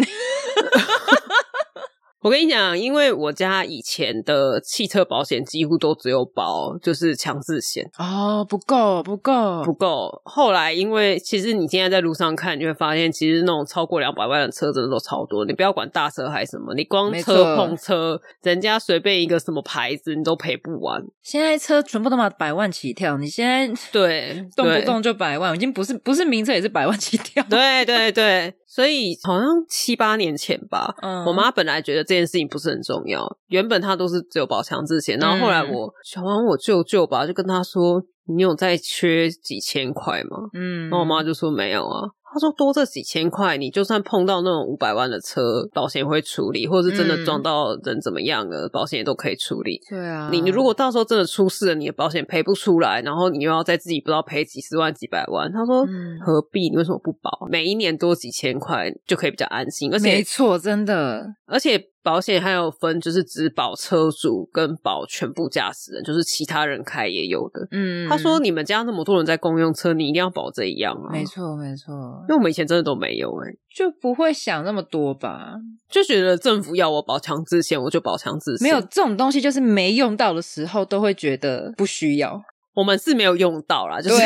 S1: 我跟你讲，因为我家以前的汽车保险几乎都只有保就是强制险，
S2: 哦，不够，不够，
S1: 不够。后来因为其实你现在在路上看，你会发现其实那种超过两百万的车真的都超多。你不要管大车还是什么，你光
S2: 没
S1: 车
S2: 错
S1: 碰车，人家随便一个什么牌子你都赔不完。
S2: 现在车全部都嘛百万起跳，你现在
S1: 对，
S2: 动不
S1: 对
S2: 动就百万，已经不是不是名车也是百万起跳。
S1: 对对对，所以好像七八年前吧，
S2: 嗯
S1: 我妈本来觉得这件事情不是很重要，原本她都是只有保强制险，然后后来
S2: 嗯
S1: 我、小王我舅舅吧，就跟她说：“你有再缺几千块吗？”哦
S2: 嗯，
S1: 然后我妈就说：“没有啊。”她说：“多这几千块，你就算碰到那种五百万的车，保险会处理，或者是真的
S2: 嗯
S1: 撞到人怎么样了，保险也都可以处理。
S2: 对啊，
S1: 你你如果到时候真的出事了，你的保险赔不出来，然后你又要再自己不知道赔几十万几百万，他说、
S2: 嗯
S1: 何必？你为什么不保？每一年多几千块就可以比较安心，而
S2: 没
S1: 且
S2: 错，真的，
S1: 而且保险还有分，就是只保车主跟保全部驾驶人，就是其他人开也有的。
S2: 嗯，
S1: 他说你们家那么多人在公用车，你一定要保这一样啊，
S2: 嗯没
S1: 因
S2: 错，没错，
S1: 为我们以前真的都没有哎、
S2: 就不会想那么多吧？
S1: 就觉得政府要我保强制险，我就保强制险。
S2: 没有这种东西，就是没用到的时候都会觉得不需要。
S1: 我们是没有用到啦，就是，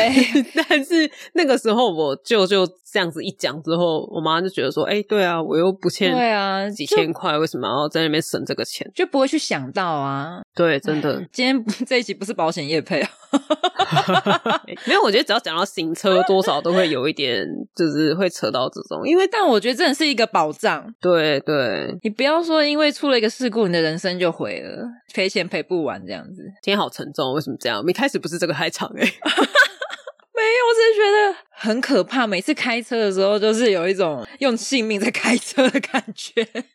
S1: 但是那个时候我舅舅这样子一讲之后，我妈就觉得说，哎、对啊，我又不欠
S2: 对啊，
S1: 几
S2: 就
S1: 千块，为什么要在那边省这个钱？
S2: 就不会去想到啊。
S1: 对，真的
S2: 今天不 这一集不是保险业配啊，
S1: 没有。我觉得只要讲到行车，多少都会有一点，就是会扯到这种，因为
S2: 但我觉得真的是一个保障。
S1: 对对，
S2: 你不要说因为出了一个事故，你的人生就毁了，赔钱赔不完这样子。
S1: 今天好沉重，为什么这样？我们一开始不是这个开场哎、
S2: 没有，我只是觉得很可怕。每次开车的时候，就是有一种用性命在开车的感觉。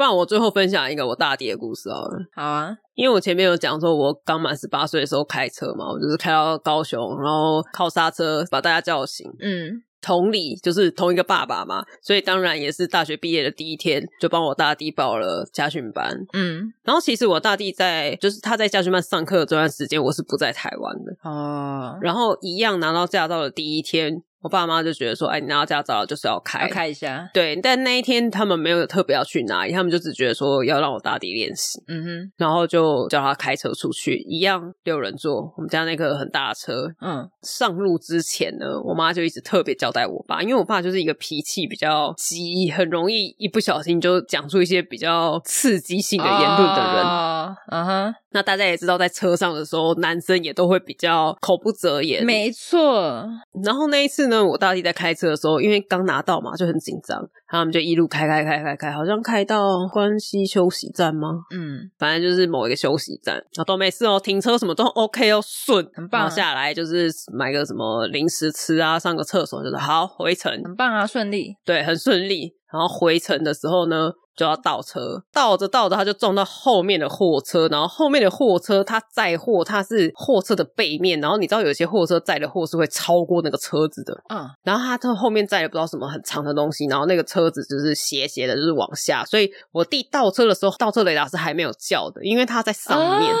S1: 不然我最后分享一个我大弟的故事好了。
S2: 好啊，
S1: 因为我前面有讲说，我刚满十八岁的时候开车嘛，我就是开到高雄，然后靠刹车把大家叫醒。
S2: 嗯，
S1: 同理，就是同一个爸爸嘛，所以当然也是大学毕业的第一天，就帮我大弟报了家训班。
S2: 嗯，
S1: 然后其实我大弟在，就是他在家训班上课的这段时间，我是不在台湾的。
S2: 哦，
S1: 然后一样拿到驾照的第一天，我爸妈就觉得说：“哎，你拿到驾照了就是要开。
S2: 要开一下，
S1: 对，但那一天他们没有特别要去哪里，他们就只觉得说要让我大弟练习。
S2: 嗯
S1: 然后就叫他开车出去，一样六人座，我们家那个很大的车。
S2: 哼，嗯，
S1: 上路之前呢，我妈就一直特别交代我爸，因为我爸就是一个脾气比较急，很容易一不小心就讲出一些比较刺激性的言论的人。
S2: 哦嗯哼，
S1: 那大家也知道，在车上的时候，男生也都会比较口不择言。
S2: 没错，
S1: 然后那一次呢，我大弟在开车的时候，因为刚拿到嘛，就很紧张，然后我们就一路开开开开开，好像开到关西休息站吗？
S2: 嗯，
S1: 反正就是某一个休息站，然后都没事哦，停车什么都 OK 哦，顺，
S2: 很棒啊
S1: 然后下来就是买个什么零食吃啊，上个厕所，就是好回程，
S2: 很棒啊，顺利，
S1: 对，很顺利。然后回程的时候呢，就要倒车，倒着倒着他就撞到后面的货车，然后后面的货车它载货，它是货车的背面，然后你知道有些货车载的货是会超过那个车子的，
S2: 嗯，
S1: 然后他从后面载了不知道什么很长的东西，然后那个车子就是斜斜的，就是往下。所以我弟倒车的时候，倒车雷达是还没有叫的，因为他在上面，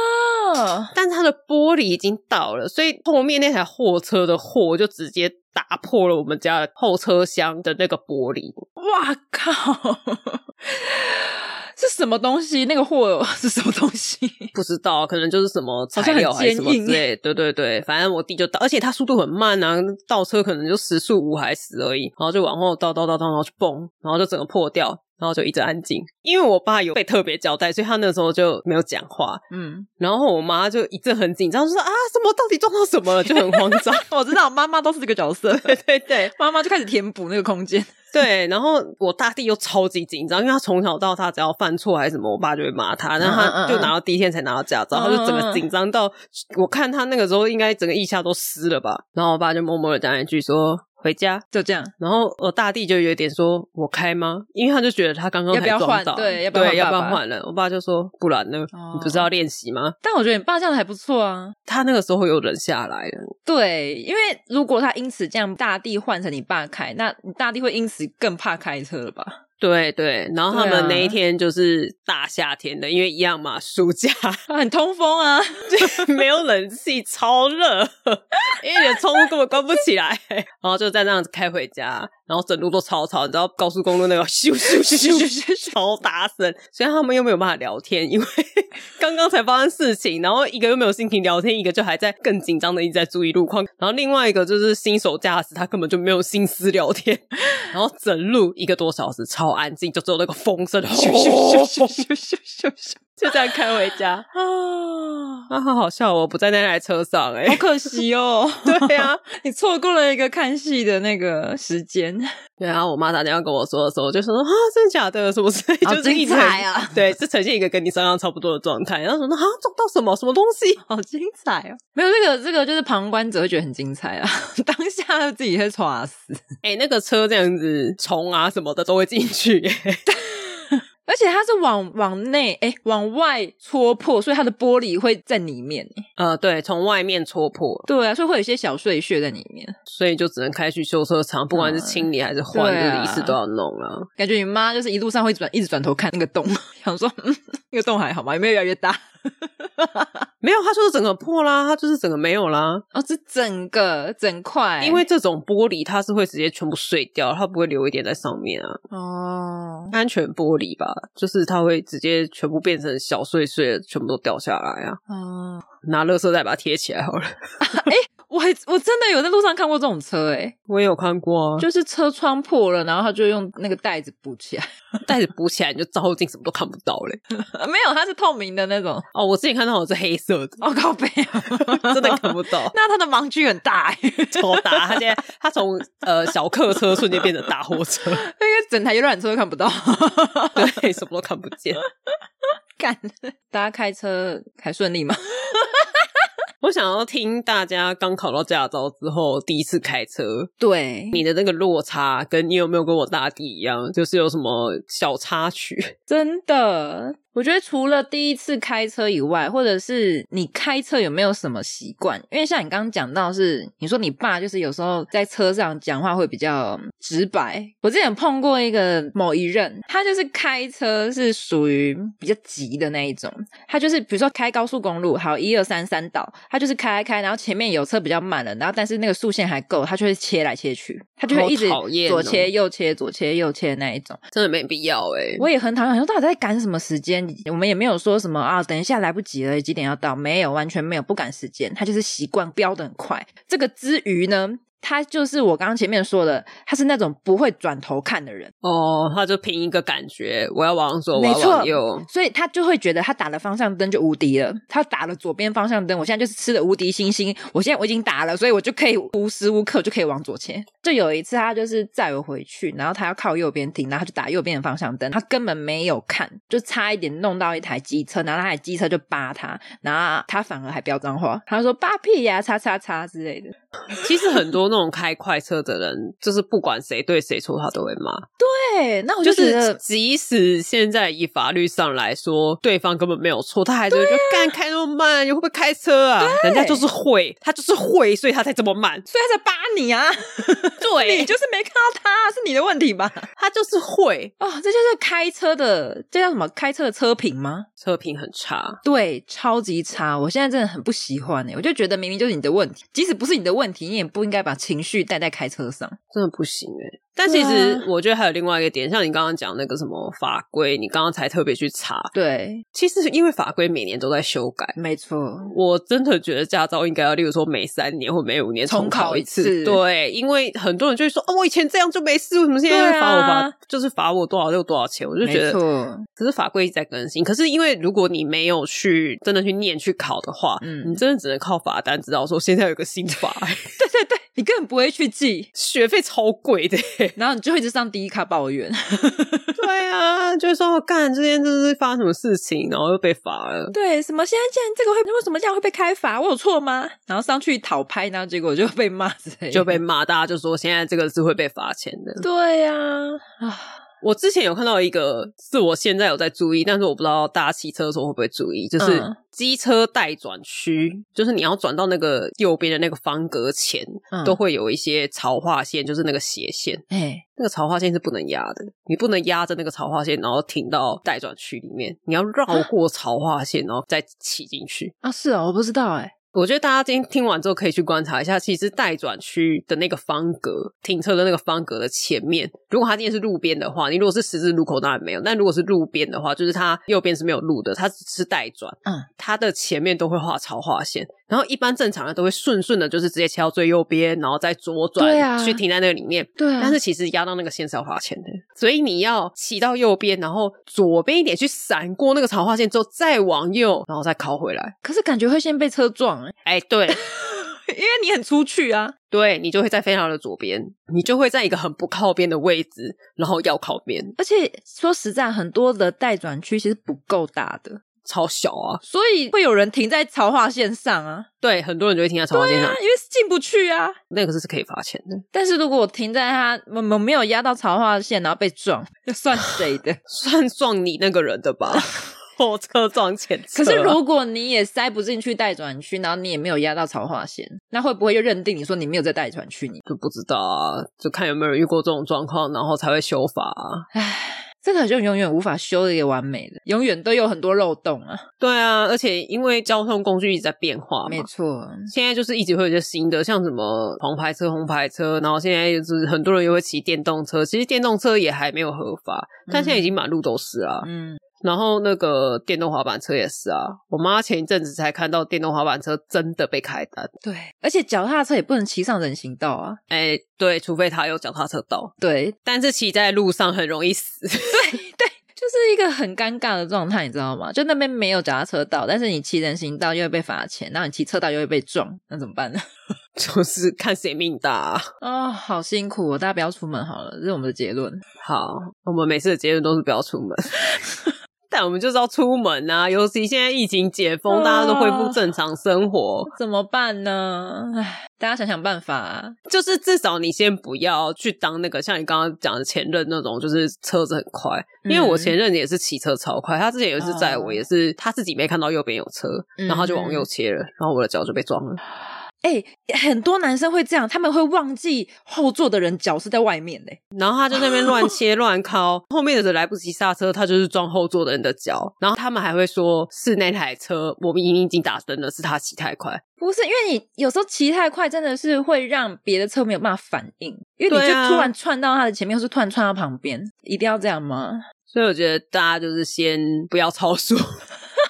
S2: 哦，
S1: 但是他的玻璃已经倒了，所以后面那台货车的货就直接打破了我们家的后车厢的那个玻璃。
S2: 哇靠， 是什么东西？那个货是什么东 西？
S1: 不知道，可能就是什么材
S2: 好像很
S1: 料还是什么之
S2: 坚硬
S1: 类。对对对，反正我弟就倒，而且他速度很慢啊，倒车可能就时速五还十而已，然后就往后倒倒倒倒，然后就蹦，然后就整个破掉，然后就一直安静。因为我爸有被特别交代，所以他那时候就没有讲话。
S2: 嗯，
S1: 然后我妈就一阵很紧张，就说啊，什么到底撞到什么了，就很慌 张。
S2: 我知道，妈妈都是这个角 色，
S1: 对对对
S2: 妈妈就开始填补那个空间。
S1: 对，然后我大弟又超级紧张，因为他从小到大只要犯错还是什么，我爸就会骂他。然后
S2: 嗯
S1: 他
S2: 嗯嗯
S1: 就拿到第一天才拿到驾照，他
S2: 嗯
S1: 就整个紧张到，我看他那个时候应该整个腋下都湿了吧。然后我爸就默默的讲一句说回家。
S2: 就这样，
S1: 然后我大弟就有点说：“我开吗？”因为他就觉得他刚刚
S2: 要不
S1: 才
S2: 要
S1: 撞
S2: 换
S1: 到，要
S2: 对要
S1: 不
S2: 不要换
S1: 要
S2: 爸爸
S1: 换了？我爸就说：“不然呢？
S2: 哦
S1: 你不是要练习吗
S2: 但我觉得你爸这样还不错啊。？”
S1: 他那个时候有忍下来了，
S2: 对，因为如果他因此这样大地换成你爸开，那你大地会因此更怕开车了吧？
S1: 对对。然后他
S2: 对
S1: 们
S2: 啊
S1: 那一天就是大夏天的，因为一样嘛，暑假，
S2: 他很通风啊，
S1: 没有冷气， 超热，因为你的窗户根本关不起来。然后就再这样子开回家，然后整路都超吵，你知道高速公路那个 咻咻咻咻咻超大声，所以他们又没有办法聊天，因为 刚刚才发生事情，然后一个又没有心情聊天，一个就还在更紧张的一直在注意路况，然后另外一个就是新手驾驶，他根本就没有心思聊天， 然后整路一个多小时超安静，就只有那个风声，咻咻咻咻咻咻咻咻，就这样开回家。
S2: 啊，
S1: 啊，好好笑哦！我不在那台车上哎、
S2: 好可惜 哦，
S1: 对啊，
S2: 你错过了一个看戏的那个时 间，
S1: 对啊，我妈打电话跟我说的时候，我就说啊，真的假的？什么之类，
S2: 好
S1: 就是一直
S2: 精彩啊！
S1: 对，是呈现一个跟你身上差不多的状态。然后说啊，撞到什么什么东西？
S2: 好精彩哦！没有这个，这个就是旁观者会觉得很精彩啊， 当下自己会猝死。
S1: 哎、那个车这样子虫啊什么的都会进去、 欸，
S2: 而且它是往往内，哎、往外戳破，所以它的玻璃会在里面。
S1: 呃，对，从外面戳破，
S2: 对啊，所以会有一些小碎屑在里面。
S1: 所以就只能开去修车厂，不管是清理还是换，
S2: 对
S1: 这
S2: 啊
S1: 个仪式都要弄啊。
S2: 感觉你妈就是一路上会转，一直转头看那个洞， 想说，嗯，那个洞还好吗？有没有越来越大？
S1: 没有，他就是整个破啦，他就是整个没有啦，
S2: 哦，这整个整块，
S1: 因为这种玻璃它是会直接全部碎掉，它不会留一点在上面啊。
S2: 哦，
S1: 安全玻璃吧，就是它会直接全部变成小碎碎的，全部都掉下来啊！
S2: 哦，
S1: 拿垃圾袋把它贴起来好了。
S2: 我还我真的有在路上看过这种车、哎，
S1: 我也有看过啊，就
S2: 就是车窗破了，然后他就用那个袋子补起来。
S1: 袋子补起来，你就照镜什么都看不到嘞。
S2: 没有，它是透明的那种。
S1: 哦，我之前看到的是黑色的，
S2: 哦，靠背、啊，，
S1: 真的看不到
S2: 那它的盲区很大、欸，
S1: 超大。它现在它从呃小客车瞬间变成大货车，
S2: 那个整台游览车都看不到。
S1: 对，什么都看不见。
S2: 干，大家开车还顺利吗？
S1: 我想要听大家刚考到驾照之后第一次开车，
S2: 对，
S1: 你的那个落差，跟你有没有跟我大弟一样，就是有什么小插曲？
S2: 真的，我觉得除了第一次开车以外，或者是你开车有没有什么习惯？因为像你刚刚讲到是，你说你爸就是有时候在车上讲话会比较直白。我之前碰过一个某一任，他就是开车是属于比较急的那一种，他就是比如说开高速公路，好一二三三道，他就是开开开，然后前面有车比较慢了，然后但是那个速线还够，他就会切来切去，他就会一直
S1: 好讨厌哦
S2: 左切右切左切右切那一种。
S1: 真的没必要哎、
S2: 我也很讨厌，想说到底在赶什么时间？我们也没有说什么啊，等一下来不及了，几点要到？没有，完全没有，不赶时间。他就是习惯飙的很快。这个之余呢，他就是我刚刚前面说的，他是那种不会转头看的人，
S1: 哦，他就凭一个感觉，我要往左，我
S2: 没
S1: 要
S2: 错
S1: 往右。
S2: 所以他就会觉得他打了方向灯就无敌了。他打了左边方向灯，我现在就是吃的无敌星星，我现在我已经打了，所以我就可以无时无刻就可以往左切。就有一次他就是载我回去，然后他要靠右边停，然后他就打右边的方向灯，他根本没有看，就差一点弄到一台机车，然后那台机车就扒他，然后他反而还飙脏话，他说扒屁呀、叉叉叉之类的。
S1: 其实很多那种开快车的人，就是不管谁对谁错，他都会骂。
S2: 对，那我
S1: 就
S2: 就觉
S1: 是
S2: 得。。
S1: 即使现在以法律上来说，对方根本没有错，他还是会觉得干、开那么慢，你会不会开车啊？人家就是会，他就是会，所以他才这么慢
S2: 所以他才扒你啊！
S1: 对
S2: 你就是没看到他，是你的问题吧？
S1: 他就是会，
S2: 哦，这就是开车的，这叫什么？开车的车评吗？
S1: 车评很差。
S2: 对，超级差，我现在真的很不喜欢哎、我就觉得明明就是你的问题，即使不是你的问题，你也不应该把情绪带在开车上。
S1: 真的不行哎、但其
S2: 啊
S1: 实我觉得还有另外一个点，像你刚刚讲那个什么法规，你刚刚才特别去查，
S2: 对，
S1: 其实因为法规每年都在修改，
S2: 没错，
S1: 我真的觉得驾照应该要，例如说每三年或每五年
S2: 重
S1: 重
S2: 考
S1: 考
S2: 一
S1: 一次。
S2: 次
S1: 对，因为很多人就会说，哦，我以前这样就没事，为什么现在要
S2: 对啊
S1: 罚我罚、就是罚我多少又多少钱？我就觉
S2: 没
S1: 得，
S2: 错，
S1: 可是法规一直在更新。可是因为如果你没有去真的去念去考的话，
S2: 嗯
S1: 你真的只能靠罚单知道说现在有个新法，
S2: 对对对，你根本不会去记，
S1: 学费超贵的。
S2: 然后你就会一直上第一卡抱怨。
S1: 对啊，就是说哦干这件就是发生什么事情，然后又被罚了。
S2: 对，什么现在竟然这个会为什么这样会被开罚？我有错吗？然后上去讨拍，然后结果就被骂之类的，
S1: 就被骂，大家就说现在这个是会被罚钱的。
S2: 对呀、啊，
S1: 我之前有看到一个，是我现在有在注意，但是我不知道大家骑车的时候会不会注意，就是
S2: 嗯
S1: 机车待转区，就是你要转到那个右边的那个方格前，
S2: 嗯
S1: 都会有一些潮化线，就是那个斜线，
S2: 哎、
S1: 那个潮化线是不能压的，你不能压着那个潮化线，然后停到
S2: 啊
S1: 待转区里面，你要绕过潮化线，然后再骑进去。
S2: 啊是哦，我不知道哎、
S1: 我觉得大家今天听完之后可以去观察一下，其实待转区的那个方格，停车的那个方格的前面，如果它今天是路边的话，你如果是十字路口当然没有，但如果是路边的话，就是它右边是没有路的，它只是待转，
S2: 嗯，
S1: 它的前面都会画超画线，然后一般正常人都会顺顺的，就是直接切到最右边，然后再左转、
S2: 对啊
S1: 去停在那个里面，
S2: 对啊
S1: 但是其实压到那个线是要花钱的，所以你要骑到右边，然后左边一点去闪过那个草花线之后，再往右，然后再靠回来。
S2: 可是感觉会先被车撞、欸，
S1: 哎，对
S2: 因为你很出去啊。
S1: 对，你就会在非常的左边，你就会在一个很不靠边的位置，然后要靠边，
S2: 而且说实在，很多的待转区其实不够大的，
S1: 超小啊。
S2: 所以会有人停在槽化线上啊，
S1: 对，很多人就会停在草花线上，
S2: 因为进不去啊。
S1: 那个是可以罚钱的，
S2: 但是如果我停在他我们没有压到槽化线，然后被撞， 就算谁的？
S1: 算撞你那个人的 吧。后车撞前车
S2: 可
S1: 啊，
S2: 是如果你也塞不进去待转区，然后你也没有压到槽化线，那会不会又认定你说你没有在待转区？你
S1: 就不知道啊，就看有没有人遇过这种状况，然后才会修法啊。
S2: 这个就永远无法修的一个完美的，永远都有很多漏洞啊。
S1: 对啊，而且因为交通工具一直在变化嘛
S2: 没，错，
S1: 现在就是一直会有一些新的，像什么黄牌车、红牌车，然后现在就是很多人又会骑电动车。其实电动车也还没有合法，但现在已经满路都是啊。
S2: 嗯，
S1: 然后那个电动滑板车也是啊，我妈前一阵子才看到电动滑板车真的被开单。
S2: 对。而且脚踏车也不能骑上人行道啊。
S1: 哎，对，除非她有脚踏车道，
S2: 对，
S1: 但是骑在路上很容易死。
S2: 就是一个很尴尬的状态，你知道吗？就那边没有脚踏车道，但是你骑人行道又会被罚钱，然后你骑车道又会被撞，那怎么办呢？
S1: 就是看谁命大、啊。
S2: 哦，好辛苦、哦，大家不要出门好了，这是我们的结论。
S1: 好，我们每次的结论都是不要出门， 但我们就是要出门啊！尤其现在疫情解封，
S2: 啊
S1: 大家都恢复正常生活，
S2: 怎么办呢？唉，大家想想办法、啊。
S1: 就是至少你先不要去当那个像你刚刚讲的前任那种，就是车子很快。
S2: 嗯
S1: 因为我前任也是骑车超快，他之前有一次载我，
S2: 哦
S1: 也是他自己没看到右边有车，
S2: 嗯
S1: 然后他就往右切了，然后我的脚就被撞了。
S2: 哎、很多男生会这样，他们会忘记后座的人脚是在外面的、欸
S1: 然后他就在那边乱切乱靠， 后面的人来不及刹车，他就是撞后座的人的脚。然后他们还会说是那台车，我们明明已经打灯了，是他骑太快。
S2: 不是，因为你有时候骑太快，真的是会让别的车没有办法反应，因为你
S1: 对
S2: 就
S1: 啊
S2: 突然窜到他的前面，或是突然窜到旁边，一定要这样吗？
S1: 所以我觉得大家就是先不要超速，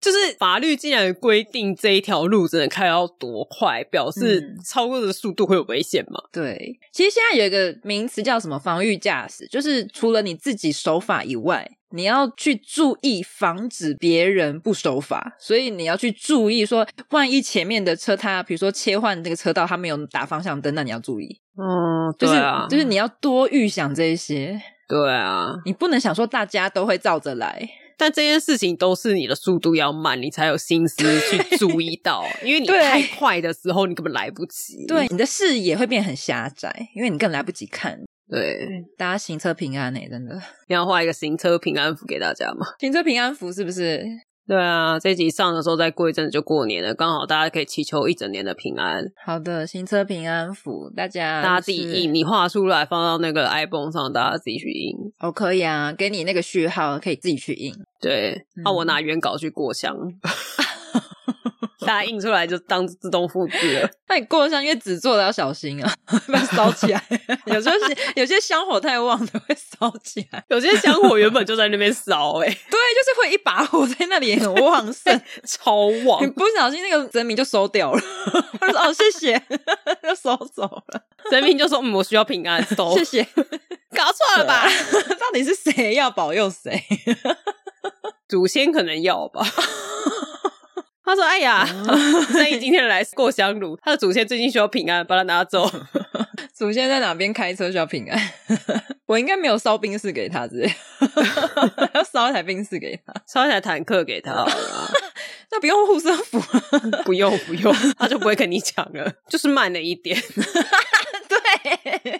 S1: 就是法律竟然规定这一条路只能开到多快，表示
S2: 嗯
S1: 超过的速度会有危险嘛？
S2: 对，其实现在有一个名词叫什么防御驾驶，就是除了你自己守法以外，你要去注意防止别人不守法，所以你要去注意说，万一前面的车它比如说切换这个车道，它没有打方向灯，那你要注意，
S1: 嗯，
S2: 就是、
S1: 对啊，
S2: 就是你要多预想这一些，
S1: 对啊。
S2: 你不能想说大家都会照着来，
S1: 但这件事情都是你的速度要慢，你才有心思去注意到，因为你
S2: 对
S1: 太快的时候，你根本来不及。
S2: 对，你的视野会变很狭窄，因为你更来不及看。
S1: 对，
S2: 大家行车平安呢、欸真的，
S1: 你要画一个行车平安符给大家嘛？
S2: 行车平安符是不是？
S1: 对啊，这集上的时候再过一阵子就过年了，刚好大家可以祈求一整年的平安。
S2: 好的，行车平安符，大家
S1: 大家自己
S2: 啊就是
S1: 印，你画出来放到那个 iPhone 上，大家自己去印。
S2: 哦，可以啊，给你那个序号，可以自己去印。
S1: 对，啊
S2: 嗯
S1: 那、我拿原稿去过 箱，大家印出来就当自动复制了。
S2: 那你过香，因为纸做的要小心啊， 不然烧起来。有时候是有些香火太旺的会烧起来，
S1: 有些香火原本就在那边烧、欸，哎，
S2: 对，就是会一把火在那里也很旺盛，
S1: 超旺
S2: 哎你。不小心那个神明就收掉了。他说：“哦，谢谢。”就收走了，
S1: 神明就说：“嗯，我需要平安，收。
S2: 哦谢啊谢。
S1: 搞错了吧？
S2: 到底是谁要保佑谁？
S1: 祖先可能要吧。 他说：“哎呀，
S2: 啊
S1: 那你今天来过香炉，他的祖先最近需要平安，把它拿 走。
S2: 祖先在哪边开车需要平安？ 我应该没有烧冰室给他之类的， 要烧一台冰室给他，
S1: 烧一台坦克给他好 了，
S2: 那不用护身 符啊。
S1: 不用不用，他就不会跟你讲了，就是慢了一点。”
S2: 对，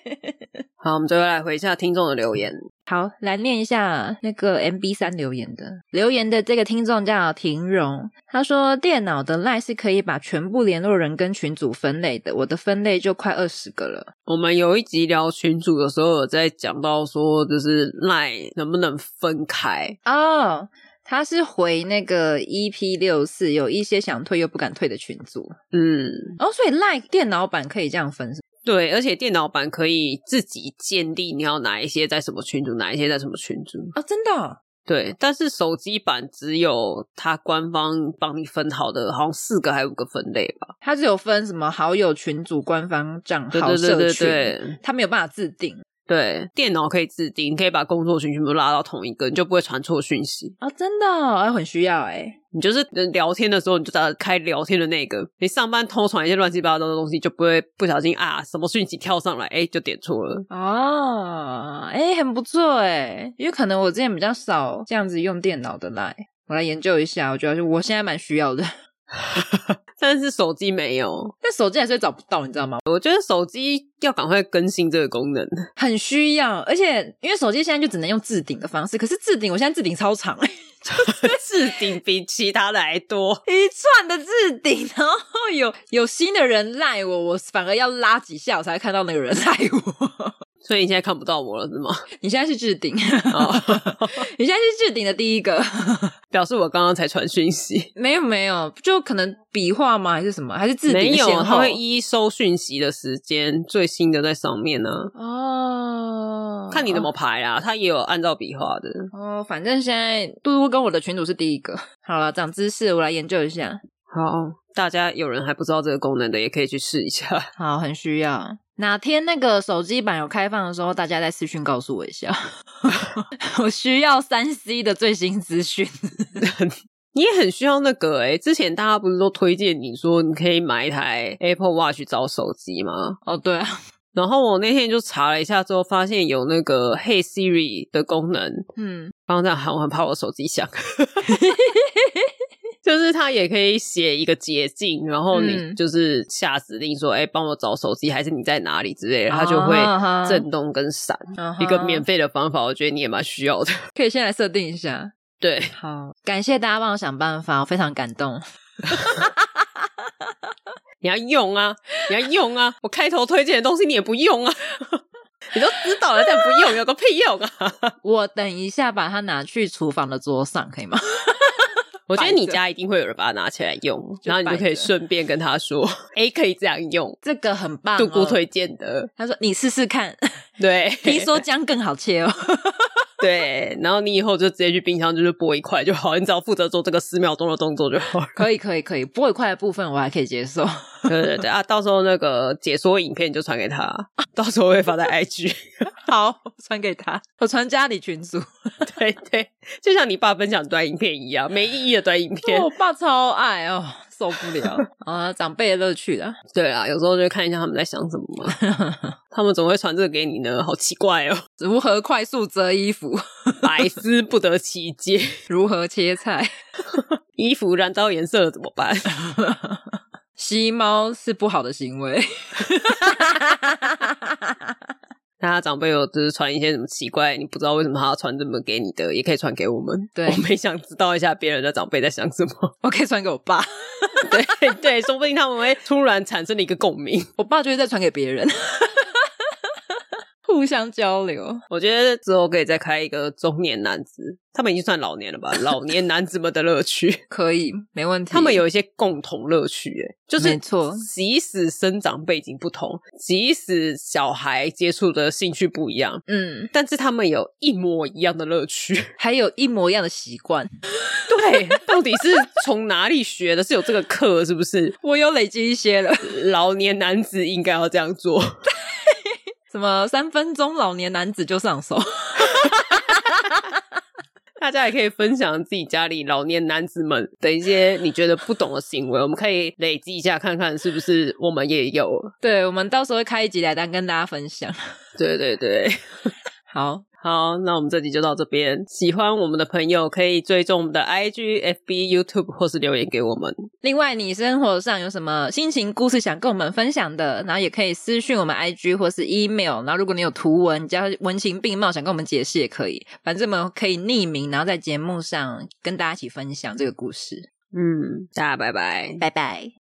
S1: 好，我们最后来回一下听众的留言。
S2: 好，来念一下那个 MB 三留言的留言的这个听众叫婷荣，他说电脑的 line 是可以把全部联络人跟群组分类的，我的分类就快二十个了。
S1: 我们有一集聊群主的时候，有在讲到说，就是赖能不能分开？
S2: 哦，他是回那个 EP 六四，有一些想退又不敢退的群组。
S1: 嗯，
S2: 哦，所以 Line 电脑版可以这样分是吗
S1: 对，而且电脑版可以自己建立你要哪一些在什么群组，哪一些在什么群组。
S2: 哦，真的哦、
S1: 对，但是手机版只有它官方帮你分好的，好像四个还有五个分类吧。
S2: 它是有分什么好友群组、官方账
S1: 对
S2: 号、
S1: 对对
S2: 社
S1: 对
S2: 群，
S1: 对
S2: 他没有办法自定。
S1: 对，电脑可以自定，你可以把工作群全部拉到同一个，你就不会传错讯息。
S2: 哦，真的、哦，哎很需要哎。
S1: 你就是呃聊天的时候，你就打开聊天的那个。你上班偷传一些乱七八糟的东西，就不会不小心啊，什么讯息跳上来，哎、就点错了。
S2: 哦，哎，很不错哎，因为可能我之前比较少这样子用电脑的 Line，我来研究一下，我觉得是我现在蛮需要的。
S1: 但是手机没有，
S2: 但手机还是会找不到，你知道吗？
S1: 我觉得手机要赶快更新这个功 能。
S2: 很需要，而且因为手机现在就只能用置顶的方式，可是置顶我现在置顶超长、 欸，
S1: 置顶比其他的还多。
S2: 一串的置顶，然后有有新的人赖我，我反而要拉几下我才会看到那个人赖我。
S1: 所以你现在看不到我了是吗？
S2: 你现在是置顶，
S1: 哦
S2: 你现在是置顶的第一个，
S1: 表示我刚刚才传讯息，
S2: 没有没有，就可能笔画吗？还是什么？还是置
S1: 没
S2: 顶
S1: 有，
S2: 先
S1: 他
S2: 后？
S1: 会依收讯息的时间，最新的在上面呢、
S2: 哦，
S1: 看你怎么排啦。它也有按照笔画的。
S2: 哦，反正现在嘟嘟跟我的群主是第一个。 好了，长知识，我来研究一下。
S1: 好，大家有人还不知道这个功能的，也可以去试一下。
S2: 好，很需要。哪天那个手机版有开放的时候，大家再私讯告诉我一下， 我需要三 C 的最新资讯。
S1: 你也很需要那个诶、之前大家不是都推荐你说你可以买一台 Apple Watch 找手机吗？
S2: 哦，对啊，
S1: 然后我那天就查了一下之后，发现有那个 Hey Siri 的功能，
S2: 嗯，
S1: 刚刚这样喊，我很怕我手机 响。 就是它也可以写一个捷径，然后你
S2: 嗯
S1: 就是下指令说：“哎、帮我找手机，还是你在哪里之类的。”它就会
S2: 啊哈
S1: 震动跟闪。
S2: 啊哈
S1: 一个免费的方法，我觉得你也蛮需要的。
S2: 可以先来设定一下。
S1: 对，
S2: 好，感谢大家帮我想办法，我非常感动。
S1: 你要用啊，你要用啊！我开头推荐的东西你也不用啊， 你都知道了，但不用有个屁用 啊！
S2: 我等一下把它拿去厨房的桌上，可以吗？
S1: 我觉得你
S2: 摆着
S1: 家一定会有人把它拿起来用，
S2: 就
S1: 然后你就可
S2: 摆
S1: 以
S2: 着
S1: 顺便跟他说：“ 哎、可以这样用。
S2: 这个很”棒、哦。
S1: 杜姑推荐的，
S2: 他说：“你试试看，
S1: 对，
S2: 听说姜更好切哦。。
S1: 对，然后你以后就直接去冰箱，就是剥一块就好，你只要负责做这个十秒钟的动作就好了
S2: 可以，可以，可以。不过一块的部分我还可以接受。
S1: 对对对啊，到时候那个解说影片你就传给他，到时候会发在 IG。
S2: 好，我传给他，我传家里群组。
S1: 对对，就像你爸分享短影片一样，没意义的短影片。
S2: 我爸超爱哦，受不了 啊！长辈的乐趣啦。
S1: 对啊，有时候就看一下他们在想什么嘛，他们怎么会传这个给你呢？好奇怪哦，
S2: 如何快速折衣服？
S1: 百思不得其解。
S2: 如何切菜？
S1: 衣服染到颜色了怎么办？
S2: 吸猫是不好的行为。
S1: 大家长辈有就是传一些什么奇怪，你不知道为什么他要传这么给你的，也可以传给我们。
S2: 对
S1: 我们也想知道一下别人的长辈在想什么。
S2: 我可以传给我爸，
S1: 对对，说不定他们会突然产生了一个共鸣。
S2: 我爸就会再传给别人， 互相交流。
S1: 我觉得之后可以再开一个中年男子，他们已经算老年了 吧？老年男子们的乐趣，
S2: 可以，没问题。
S1: 他们有一些共同乐趣，哎，就是
S2: 没错
S1: 即使生长背景不同，即使小孩接触的兴趣不一样，
S2: 嗯，
S1: 但是他们有一模一样的乐趣。
S2: 还有一模一样的习惯。
S1: 对， 到底是从哪里学的？是有这个课是不是？
S2: 我有累积一些了，
S1: 老年男子应该要这样做，
S2: 什么三分钟老年男子就上手，
S1: 大家也可以分享自己家里老年男子们的一些你觉得不懂的行为，我们可以累积一下，看看是不是我们也有。
S2: 对我们到时候会开一集来单跟大家分享。
S1: 对对对，
S2: 好，
S1: 好，那我们这集就到这边。喜欢我们的朋友可以追踪我们的 IG、FB、YouTube 或是留言给我们。
S2: 另外你生活上有什么心情故事想跟我们分享的，然后也可以私讯我们 IG 或是 email，然后如果你有图文，你只要文情并茂想跟我们解释也可以，反正我们可以匿名，然后在节目上跟大家一起分享这个故事。
S1: 嗯，大家拜拜。
S2: 拜拜。